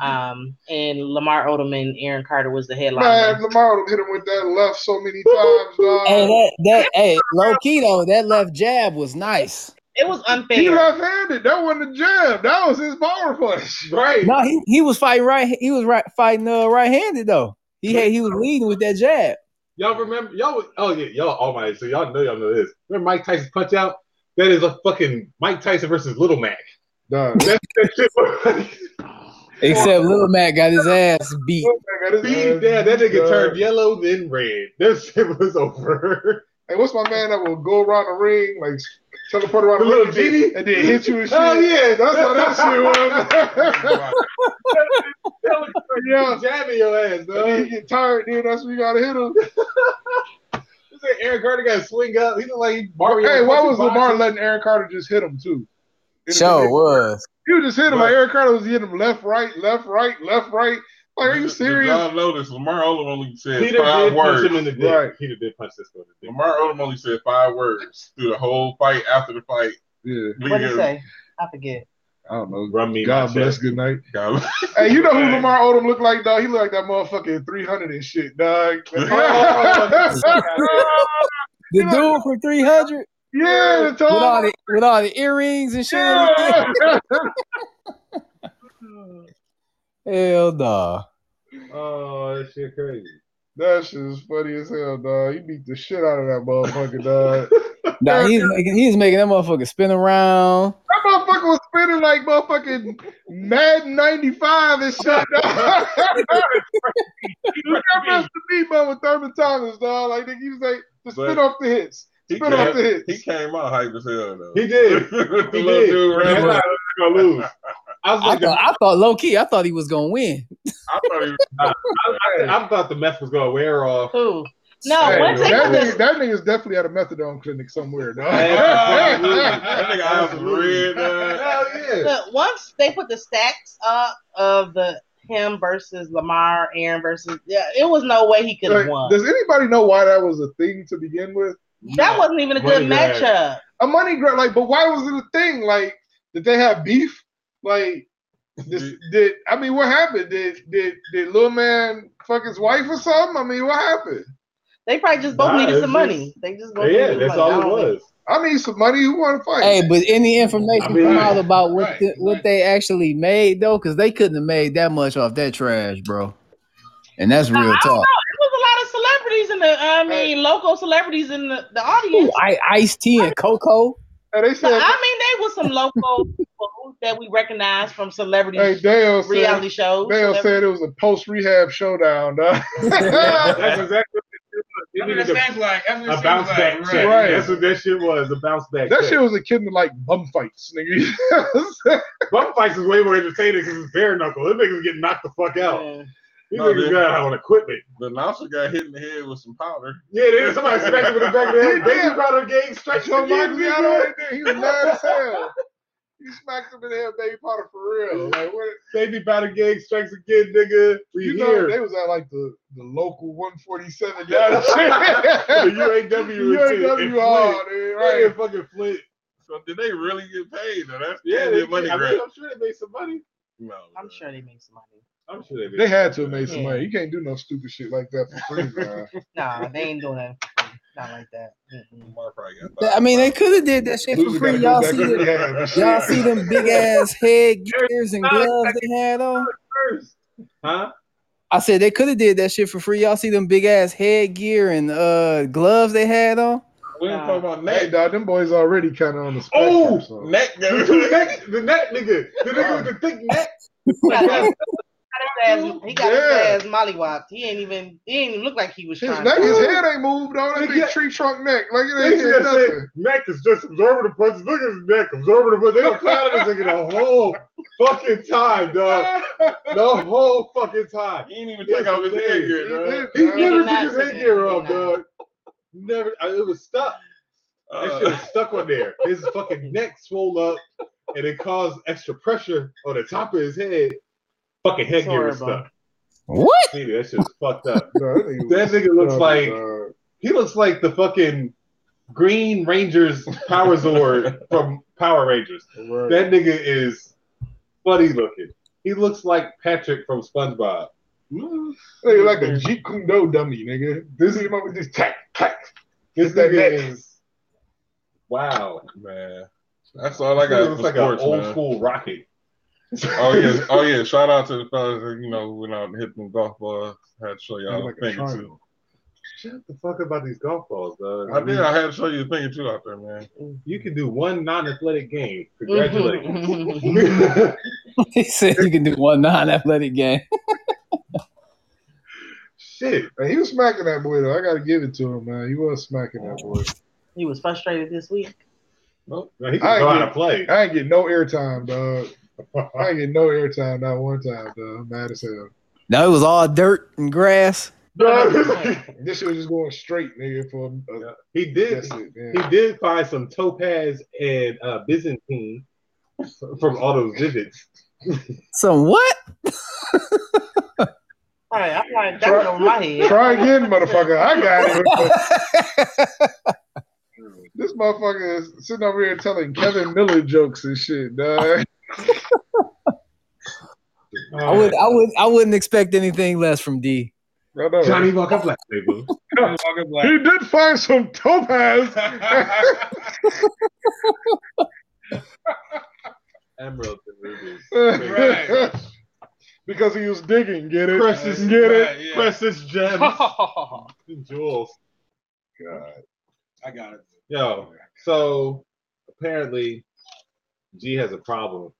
Um, and Lamar Odom and Aaron Carter was the headliner.
Man, Lamar hit him with that left so many times, dog.
Hey, that, that, hey, low key though, that left jab was nice.
It was
he
unfair.
left-handed. That wasn't a jab. That was his power punch.
Right.
No, he, he was fighting right, he was right fighting uh, right handed though. He had, he was leading with that jab.
Y'all remember? Y'all was- oh yeah, y'all almighty. So y'all know y'all know this. Remember Mike Tyson's punch out? That is a fucking Mike Tyson versus Little Mac. [laughs]
Dog, [laughs] that
That shit was-
Except Little Mac got his ass beat.
got his
Beat
ass
down. That
beat,
nigga
dog.
turned yellow then red. [laughs] That shit was over.
Hey, what's my man that will go around the ring, like teleport around the,
The
ring,
little genie?
and then hit you and shit?
Oh yeah,
That's how that [laughs] shit was.
That was
yeah.
jabbing your ass,
And then
dog.
you get tired, then that's when you gotta hit him.
saying Aaron Carter got to swing up. He looked like he Mario.
Hey, why was Lamar
boxing.
letting Aaron Carter just hit him too? It'd
Show
have been-
was.
He was just hitting him.
Right.
Like Aaron Carter was hitting him left, right, left, right, left, right. Like, are you
Did- did
serious?
Y'all notice Lamar Odom only said
Peter
five
did punch
words.
him in the dick.
Right.
Peter did punch this one in the dick.
Lamar Odom only said five words through the whole fight. After the fight,
Yeah,
we
What did he
just-
say? I forget.
I don't know.
Run me.
God
God [laughs]
bless. Good night.
God,
Hey, you know who
Hey.
Lamar Odom looked like, dog? He looked like that motherfucking 300 and shit, dog.
The dude from 300
[laughs] yeah,
with all
dog.
the with all the earrings [laughs] and shit. on his
Yeah.
neck. Hell nah.
Oh, that shit crazy.
that shit is funny as hell, dog. He beat the shit out of that motherfucker, dog.
Nah, he's making he's making that motherfucker spin around.
[laughs] That motherfucker was spinning like motherfucking Mad 95 and shit, dog. [laughs] Look how fast the beat, man, with Thurman Thomas, dog. Like, nigga, he was like, just spin
But-
off the hits.
he,
Spin off the
came,
hits.
he came out hype as hell though.
He did.
[laughs] The little
He did.
dude
Man,
ran with-
I was gonna lose. I was
I
like,
thought I thought low key, I thought he was gonna win.
I thought he was
I, I thought the meth was gonna wear
[laughs]
off.
Who?
Hey,
Oh,
No, one
that,
thing was
nigga, that nigga's definitely at a methadone clinic somewhere, dog. [laughs]
Absolutely.
that nigga eyes was red. uh,
Hell yeah.
the- once they put the stacks up of the him versus Lamar, Aaron versus yeah, it was no way he could have
Like,
won.
does anybody know why that was a thing to begin with?
that wasn't even a good
Money grab.
matchup.
A money grab, like, but why was it a thing? Like, did they have beef? Like, this, did I mean, what happened? Did did did little man fuck his wife or something? I mean, what happened?
They probably just both
Nah,
needed
it's
some
just-
money. They just both
Yeah,
needed
that's
money. I
all it
don't think-
was.
I need some money. Who want to fight?
Hey, but any information
I mean,
come
right,
out about what
right,
the, what
right.
they actually made though, because they couldn't have made that much off that trash, bro. And that's real
I don't
talk.
know. It was a lot of celebrities in the. I mean, local celebrities in the, the audience.
Ooh, I, Ice T and Coco.
And they
But,
said,
I mean, they were some
[laughs]
local people that we recognize from celebrity
hey, Dale
reality
said,
shows.
Dale
Celebrity-
said it was a post rehab
[laughs]
showdown, dog.
That's exactly what it
That's what
was.
it
It was
seems like. That's
a,
what
a
it
bounce
seems
back
like.
check.
Right.
Right.
That's what that shit was. A bounce back.
That
check.
shit was akin to like bum fights, [laughs] nigga.
Bump fights is way more entertaining because it's bare knuckle. Them niggas get knocked the fuck out.
Yeah.
These
No,
niggas
they-
got out on equipment.
the announcer got hit in the head with some powder.
Yeah, they, somebody smacked him in the back of the
He
head.
did.
Baby brought a gang straight
Joe
to
Moxley out
the
right there. He was mad as hell. He smacked him in the head, baby Potter for real. Like what?
Baby brought a gang strikes again, nigga. We
You know
here.
they was at like the, the local 147 yard.
[laughs] the UAW. and
UAW [laughs]
Flint.
UAW hall, dude.
Right in
Right.
fucking Flint.
So did they really get paid? Though? That's
Yeah,
yeah,
they,
money
I
grab.
mean, I'm sure they made some money.
No,
I'm
man.
sure they made some money.
I'm sure they made.
They
some
had to have
money.
made some money. You can't do no stupid shit like that for free,
[laughs]
man.
Nah, they ain't doing that. for free. Not like that. Mm-mm.
Lamar probably got
I mean, they could have did that shit for
Loser
free.
gotta go
Y'all
back
see
to
the,
rehab and shit.
y'all see them big ass head gears and gloves they had on.
Huh?
I said they could have did that shit for free. Y'all see them big ass head gear and uh gloves they had on.
We ain't talking about
Hey,
neck.
dog, them boys already kind of on the spectrum.
Oh!
so.
[laughs]
Neck.
the neck, the neck nigga. [laughs] The nigga with the thick neck.
He got his ass, he got
Yeah.
his ass mollywopped. He ain't even. He ain't even look like he was
His
trying.
neck,
to
his
fight.
head ain't moved on. That big
Yeah.
tree trunk neck. Like it
They
ain't
should
did
have said [laughs]
nothing.
neck is just absorbing the punches. Look at his neck, absorbing the punches. They were clowning this nigga the whole fucking time, dog. The whole fucking time.
He ain't even take off his
Yeah.
headgear, dog.
He
He did,
never
did
took
not
his
take
headgear
it.
off, dog. Never. I, it was stuck. That shit
Uh,
was stuck on there. His fucking neck swole up, and it caused extra pressure on the top of his head. Fucking headgear was
horrible.
stuck.
What?
See, that shit was fucked up.
dog. Dog, nigga
That
was
nigga looks
dumb,
like
dog.
he looks like the fucking Green Rangers Power Zord from Power Rangers.
Right.
That nigga is funny looking. He looks like Patrick from SpongeBob.
Nigga like a Jeet Kune Do dummy, nigga. This is my just tack, tack.
This
That
nigga
neck.
is wow.
man, that's all I
This nigga
got
looks like
for sports,
an old
man.
school rocket. [laughs]
Oh yeah, oh yeah. Shout out to the fellas that you know went out and hit them golf balls. Had to show y'all
Like
like
a
a thing or two.
triangle.
Shut the fuck about these golf balls, dog.
I did. I had to show you a thing or two out there, man.
You can do one non-athletic game. [laughs] Congratulations.
[laughs]
[laughs]
he said you can do one non-athletic game.
Shit.
Man, he was smacking that boy though. I gotta give it to him, man. He was smacking that boy.
he was frustrated this week.
No, he
I
can go out
agree.
and play.
I ain't get no airtime, dog. [laughs] I ain't get no airtime not one time, dog. I'm Mad as hell.
No, it was all dirt and grass.
this shit was just going straight, nigga. For uh,
He did.
that's it, man.
He did find some topaz and uh, Byzantine from all those digits.
Some what?
Right, I'm like, that's over my head.
Try again, motherfucker. I got it. [laughs] this motherfucker is sitting over here telling Kevin Miller jokes and shit, [laughs] dog.
I would I would I wouldn't expect anything less from D.
I know.
[laughs] Johnny Walker Black label.
He did find some topaz. [laughs]
Emeralds and rubies.
Right.
because he was digging, get it?
Precious,
get it?
Right, yeah.
precious gems,
Oh,
jewels.
God.
I got it.
Yo, so apparently G has a problem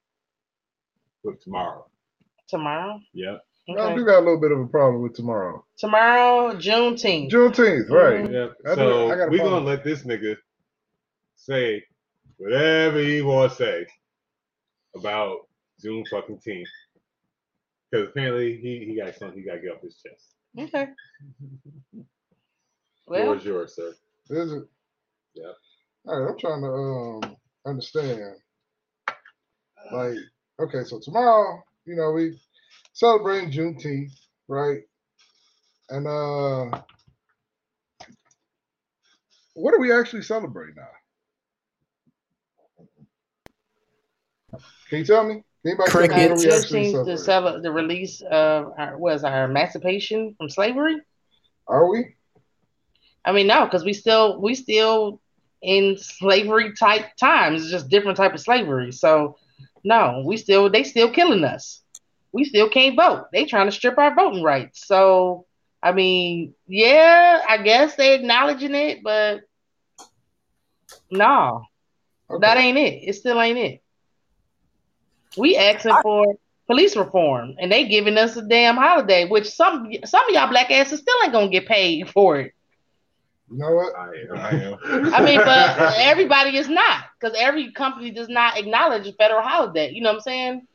with tomorrow.
Tomorrow?
Yeah.
I
Okay.
do got a little bit of a problem with tomorrow.
Tomorrow, Juneteenth.
Juneteenth, right.
Yeah.
I do-
So
I got a
we're
problem.
gonna let this nigga say whatever he wants to say about June fucking team. Because apparently he, he got something he gotta get off his chest.
Okay.
Well,
Well,
yours, sir?
Is it?
Yeah.
All right, I'm trying to um understand. Like, okay, so tomorrow, you know, we celebrating Juneteenth, right? And uh what are we actually celebrating now? Can you tell me? Can Anybody tell me what are we actually
Juneteenth, the,
celebrating?
cele- the release of our, what is our emancipation from slavery?
Are we?
I mean, no, because we still we still in slavery type times. It's just different type of slavery. So no, we still they still killing us. We still can't vote. They trying to strip our voting rights. So I mean, yeah, I guess they acknowledging it, but no, that ain't it. It still ain't it. We asking for police reform, and they giving us a damn holiday, which some some of y'all black asses still ain't gonna get paid for it.
You know what?
I
I am.
I mean, but everybody is not because every company does not acknowledge a federal holiday. You know what I'm saying?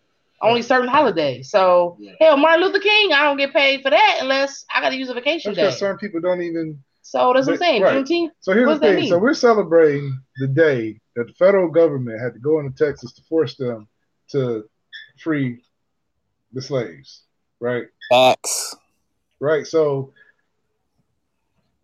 Only certain holidays. So
Yeah.
hell, Martin Luther King, I don't get paid for that unless I got to use a vacation
That's
day.
because certain people don't even
So that's what I'm
But-
saying.
right.
Juneteenth.
So here's
What
the
does that
thing. So
mean?
we're celebrating the day that the federal government had to go into Texas to force them to free the slaves, right?
Facts.
Right. So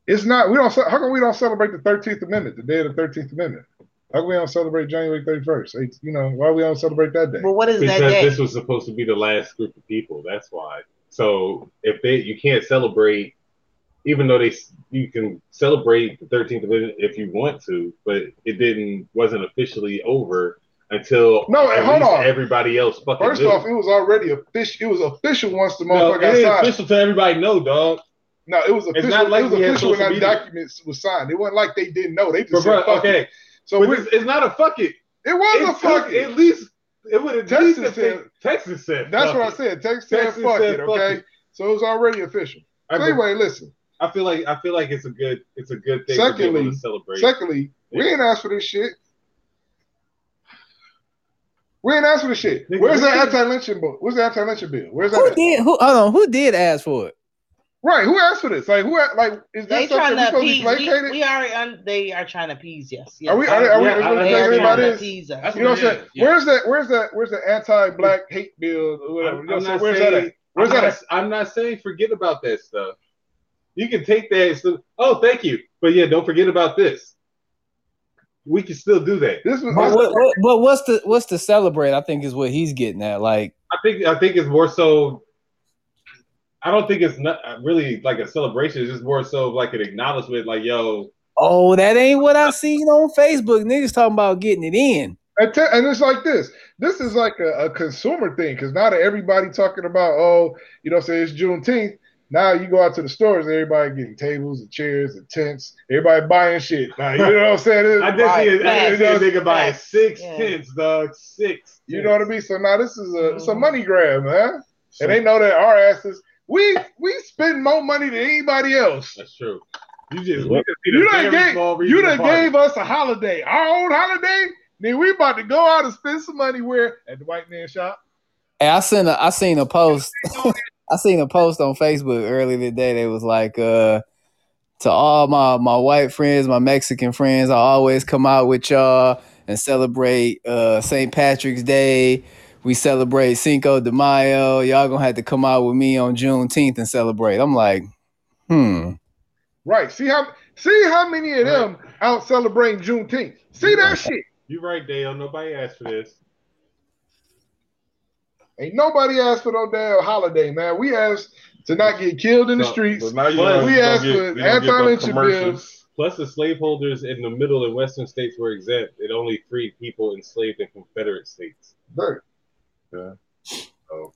it's not. We don't. ce- How come we don't celebrate the Thirteenth Amendment, the day of the Thirteenth Amendment? How come we don't celebrate January thirty first? You know why we don't celebrate that day?
But what is
because
that day?
this was supposed to be the last group of people. That's why. So if they, you can't celebrate, even though they, you can celebrate the 13th Amendment if you want to, but it didn't, wasn't officially over until
No, and
at
hold
least
on.
everybody else fucking.
First
knew.
off, it was already official. It was official once the
no,
motherfucker
it
got
ain't
signed.
official to everybody. No, dog.
No, it was official.
not like
it was
we had
official when
social
that
media.
document was signed. It wasn't like they didn't know. They
But
just
bro,
said, fuck
okay,
It. So
But
we,
this- it's not a fuck it.
it was a
It's
fuck
fuck
it.
At least it would have
Texas
Texas
said-
said. Texas said.
That's
fuck
what I
it.
said. Texas said
Texas
fuck
said
it,
fuck
okay?
it.
So it was already official.
I,
So anyway, listen.
I feel like I feel like it's a good it's a good thing for people
Secondly-
to celebrate.
Secondly, we ain't asked for this shit. We ain't asked for this shit.
Nigga,
Where's
we
that
did-
anti-lynching bill? Where's the anti-lynching bill? Where's that?
Who
at?
did who hold on, who did ask for it?
Right? Who asked for this? Like who? a- Like is
They
that
trying
something we
to
supposed to be
appease. We,
placated?
we already un- they are trying to appease. Yes. yes.
Are we? Are, are
Yeah,
we?
I-
Are we
I-
placating
They are trying
anybody
to
else?
appease us.
That's
You know what I'm
what it
saying?
is, yeah.
Where's that? Where's that? Where's the anti-black hate bill? Or whatever.
I'm,
you know
I'm
what I'm saying?
not
Where's
saying,
that? At? Where's
I'm
that?
Not, I'm not saying forget about that stuff. You can take that. As the, oh, thank you. But yeah, don't forget about this. We can still do that.
at? This was.
But, what, what, but what's the what's to celebrate? I think is what he's getting at. Like
I think. I think it's more so. I don't think it's not really like a celebration. It's just more so of like an acknowledgement. Like, yo,
Oh, that ain't what I seen on Facebook. Niggas talking about getting it in.
And, te- and it's like this. This is like a, a consumer thing because now that everybody talking about, oh, you know, say it's Juneteenth. Now you go out to the stores, everybody getting tables and chairs and tents, everybody buying shit. Now you know what I'm
[laughs]
saying?
I did see. A, I did see a
Facts.
nigga buying
Facts.
six
Yeah.
tents, dog. Six.
you
tents.
know what I mean. So now this is a it's a
Mhm.
money grab, man.
So-
And they know that our asses, we we spend more money than anybody else.
That's true. You just
What?
You done gave you done gave us a holiday, our own holiday. Then we about to go out and spend some money where at the white man shop.
Hey, [laughs] I seen a I seen a post. I seen a post on Facebook earlier today. They was like, uh, to all my my white friends, my Mexican friends, I always come out with y'all and celebrate uh, St. Patrick's Day. We celebrate Cinco de Mayo. Y'all gonna have to come out with me on Juneteenth and celebrate. I'm like, hmm.
Right. See how see how many of them out celebrating Juneteenth. See that shit.
You right, Dale. Nobody asked for this.
Ain't nobody asked for no damn holiday, man. We asked to not get killed in the
So-
streets.
so now you
But
know
we
you gonna
asked
get-
for
you gonna get them
anti-lynching
commercials.
Plus, the slaveholders in the middle and western states were exempt. It only freed people enslaved in Confederate states.
Dirt.
Yeah.
Oh.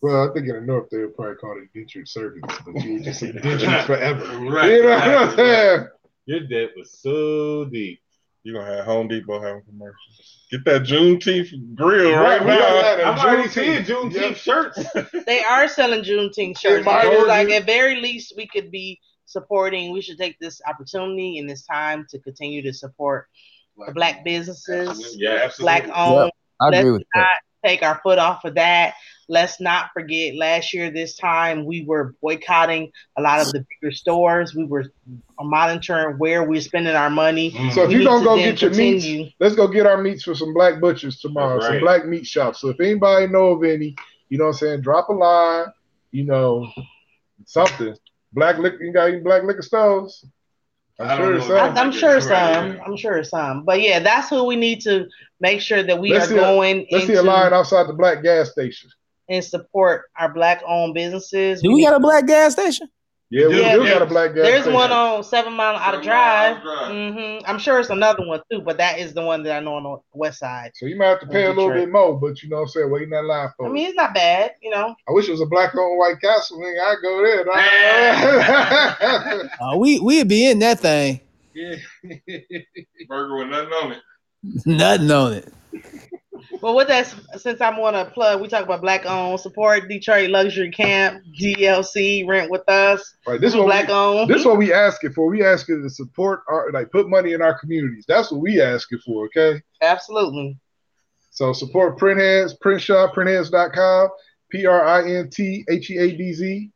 Well, I think in the north they would probably call it indentured servants, but you would just say indentured forever.
Right.
you know what I'm saying?
Your debt was so deep.
You're gonna have Home Depot having commercials. Get that Juneteenth grill
Right,
right,
we
now.
got that.
I'm already
Juneteenth.
seeing Juneteenth
Yep. [laughs]
shirts.
They are selling Juneteenth shirts.
might
I feel
work.
like at very least we could be supporting. We should take this opportunity and this time to continue to support black businesses,
Yeah,
black
absolutely.
owned.
I
Let's
agree with that.
Take our foot off of that. Let's not forget last year this time we were boycotting a lot of the bigger stores. We were monitoring where we're spending our money.
So if
We
you
need
don't
to
go
then
get your
continue.
meats, let's go get our meats for some black butchers tomorrow,
That's
some
right.
black meat shops. So if anybody know of any, you know what I'm saying, drop a line, you know, something. Black liquor, you got any black liquor stores?
I
I'm
don't
sure
know.
it's
I,
some.
I'm sure some.
Right, yeah.
I'm sure some. But yeah, that's who we need to make sure that we
Let's
are
see a-
going
Let's see
into
a line outside the black gas station.
and support our black-owned businesses.
Do
need
we got a black gas station?
Yeah, we
Yeah,
do got a black gas
There's
station.
one on Seven Mile Out of
Seven Mile
Drive.
Outta Drive.
hmm I'm sure it's another one too, but that is the one that I know on the west side.
So you might have to pay a little
Detroit.
bit more, but you know what I'm saying? Waiting that line for
I
it.
mean, it's not bad, you know.
I wish it was a black on white castle, nigga. I'd go there. [laughs] dog.
Uh, we we'd be in that thing.
Yeah. Burger with nothing on it.
[laughs] Nothing on it.
Well, with that, since I'm on a plug, we talk about black owned support Detroit Luxury Camp DLC rent with us.
right, this is what
Black
we,
owned.
this is what we asking for. We asking to support our like put money in our communities. That's what we asking for, okay?
Absolutely.
So support printheads, printshaw, printheads.com, E P-R-I-N-T-H-E-A-D-Z.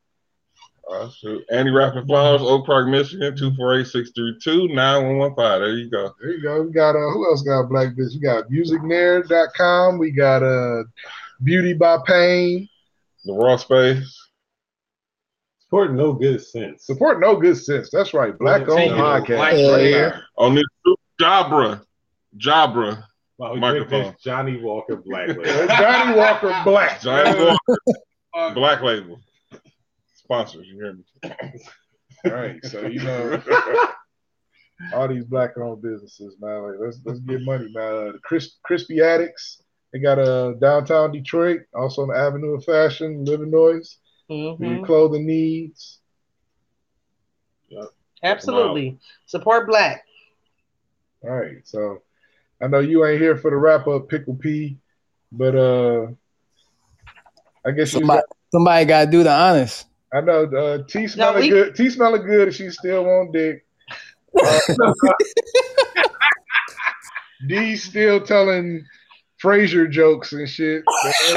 Oh, shoot. Andy Rapid Flowers, Oak Park, Michigan, 248-632-9115. There you go.
There you go. We got uh who else got black business? We got musicnair.com, we got uh beauty by pain.
The raw space.
Support no good sense.
Support no good sense. That's right. Black
Continue.
owned podcast.
Black
Yeah.
Twitter.
On this Jabra. Jabra.
Wow, we
Microphone.
did this Johnny Walker Black label.
Johnny Walker Black.
Johnny Walker,
Fuck.
Black Label. Sponsors, you hear me?
Right. [laughs] So you know all these black owned businesses, man. Like let's let's get money, man. Uh, the Cris- Crispy Addicts. They got a uh, downtown Detroit, also on the Avenue of Fashion, Livernois, for
hmm
your clothing needs.
Absolutely. Support black. [laughs]
All right. So I know you ain't here for the wrap up, Pickle P, but uh I guess you
Somebody, somebody got to do the honors.
I know uh, T smelling
we-
good. T smelling good, and she still on dick. Uh, [laughs] D still telling Frasier jokes and shit.
That's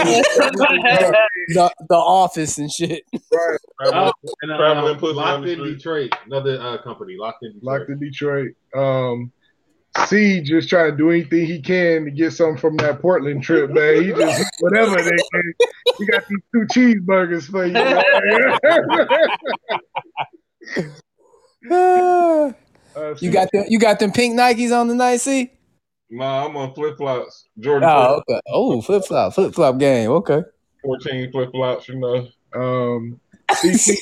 The, the office and shit.
Oh, and,
Traveling
uh,
pussy on
Locked
the
in
street.
Detroit, another uh, company. Locked in Detroit.
Locked in Detroit. Um, C just trying to do anything he can to get something from that Portland trip, man. He just [laughs] whatever they can. We got these two cheeseburgers for you. man.
Ah.
Uh,
you got them, you got them pink Nikes on tonight, see?
No, I'm on flip flops. Jordan
Oh, okay. Oh, flip flop, flip flop game. Okay.
14 flip flops, you know.
um, CT,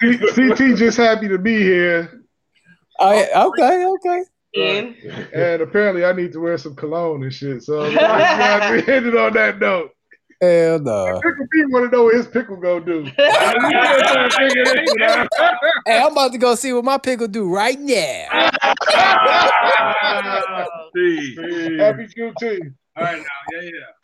CT just happy to be here.
Oh, yeah, okay, okay.
in.
And apparently, I need to wear some cologne and shit. So I'm glad we [laughs] ended on that note.
Hell no.
Pickle P want to know what his pickle gonna do.
Hey, I'm about to go see what my pickle do right now.
Ah.
Jeez.
Happy QT.
All right now. Yeah, yeah.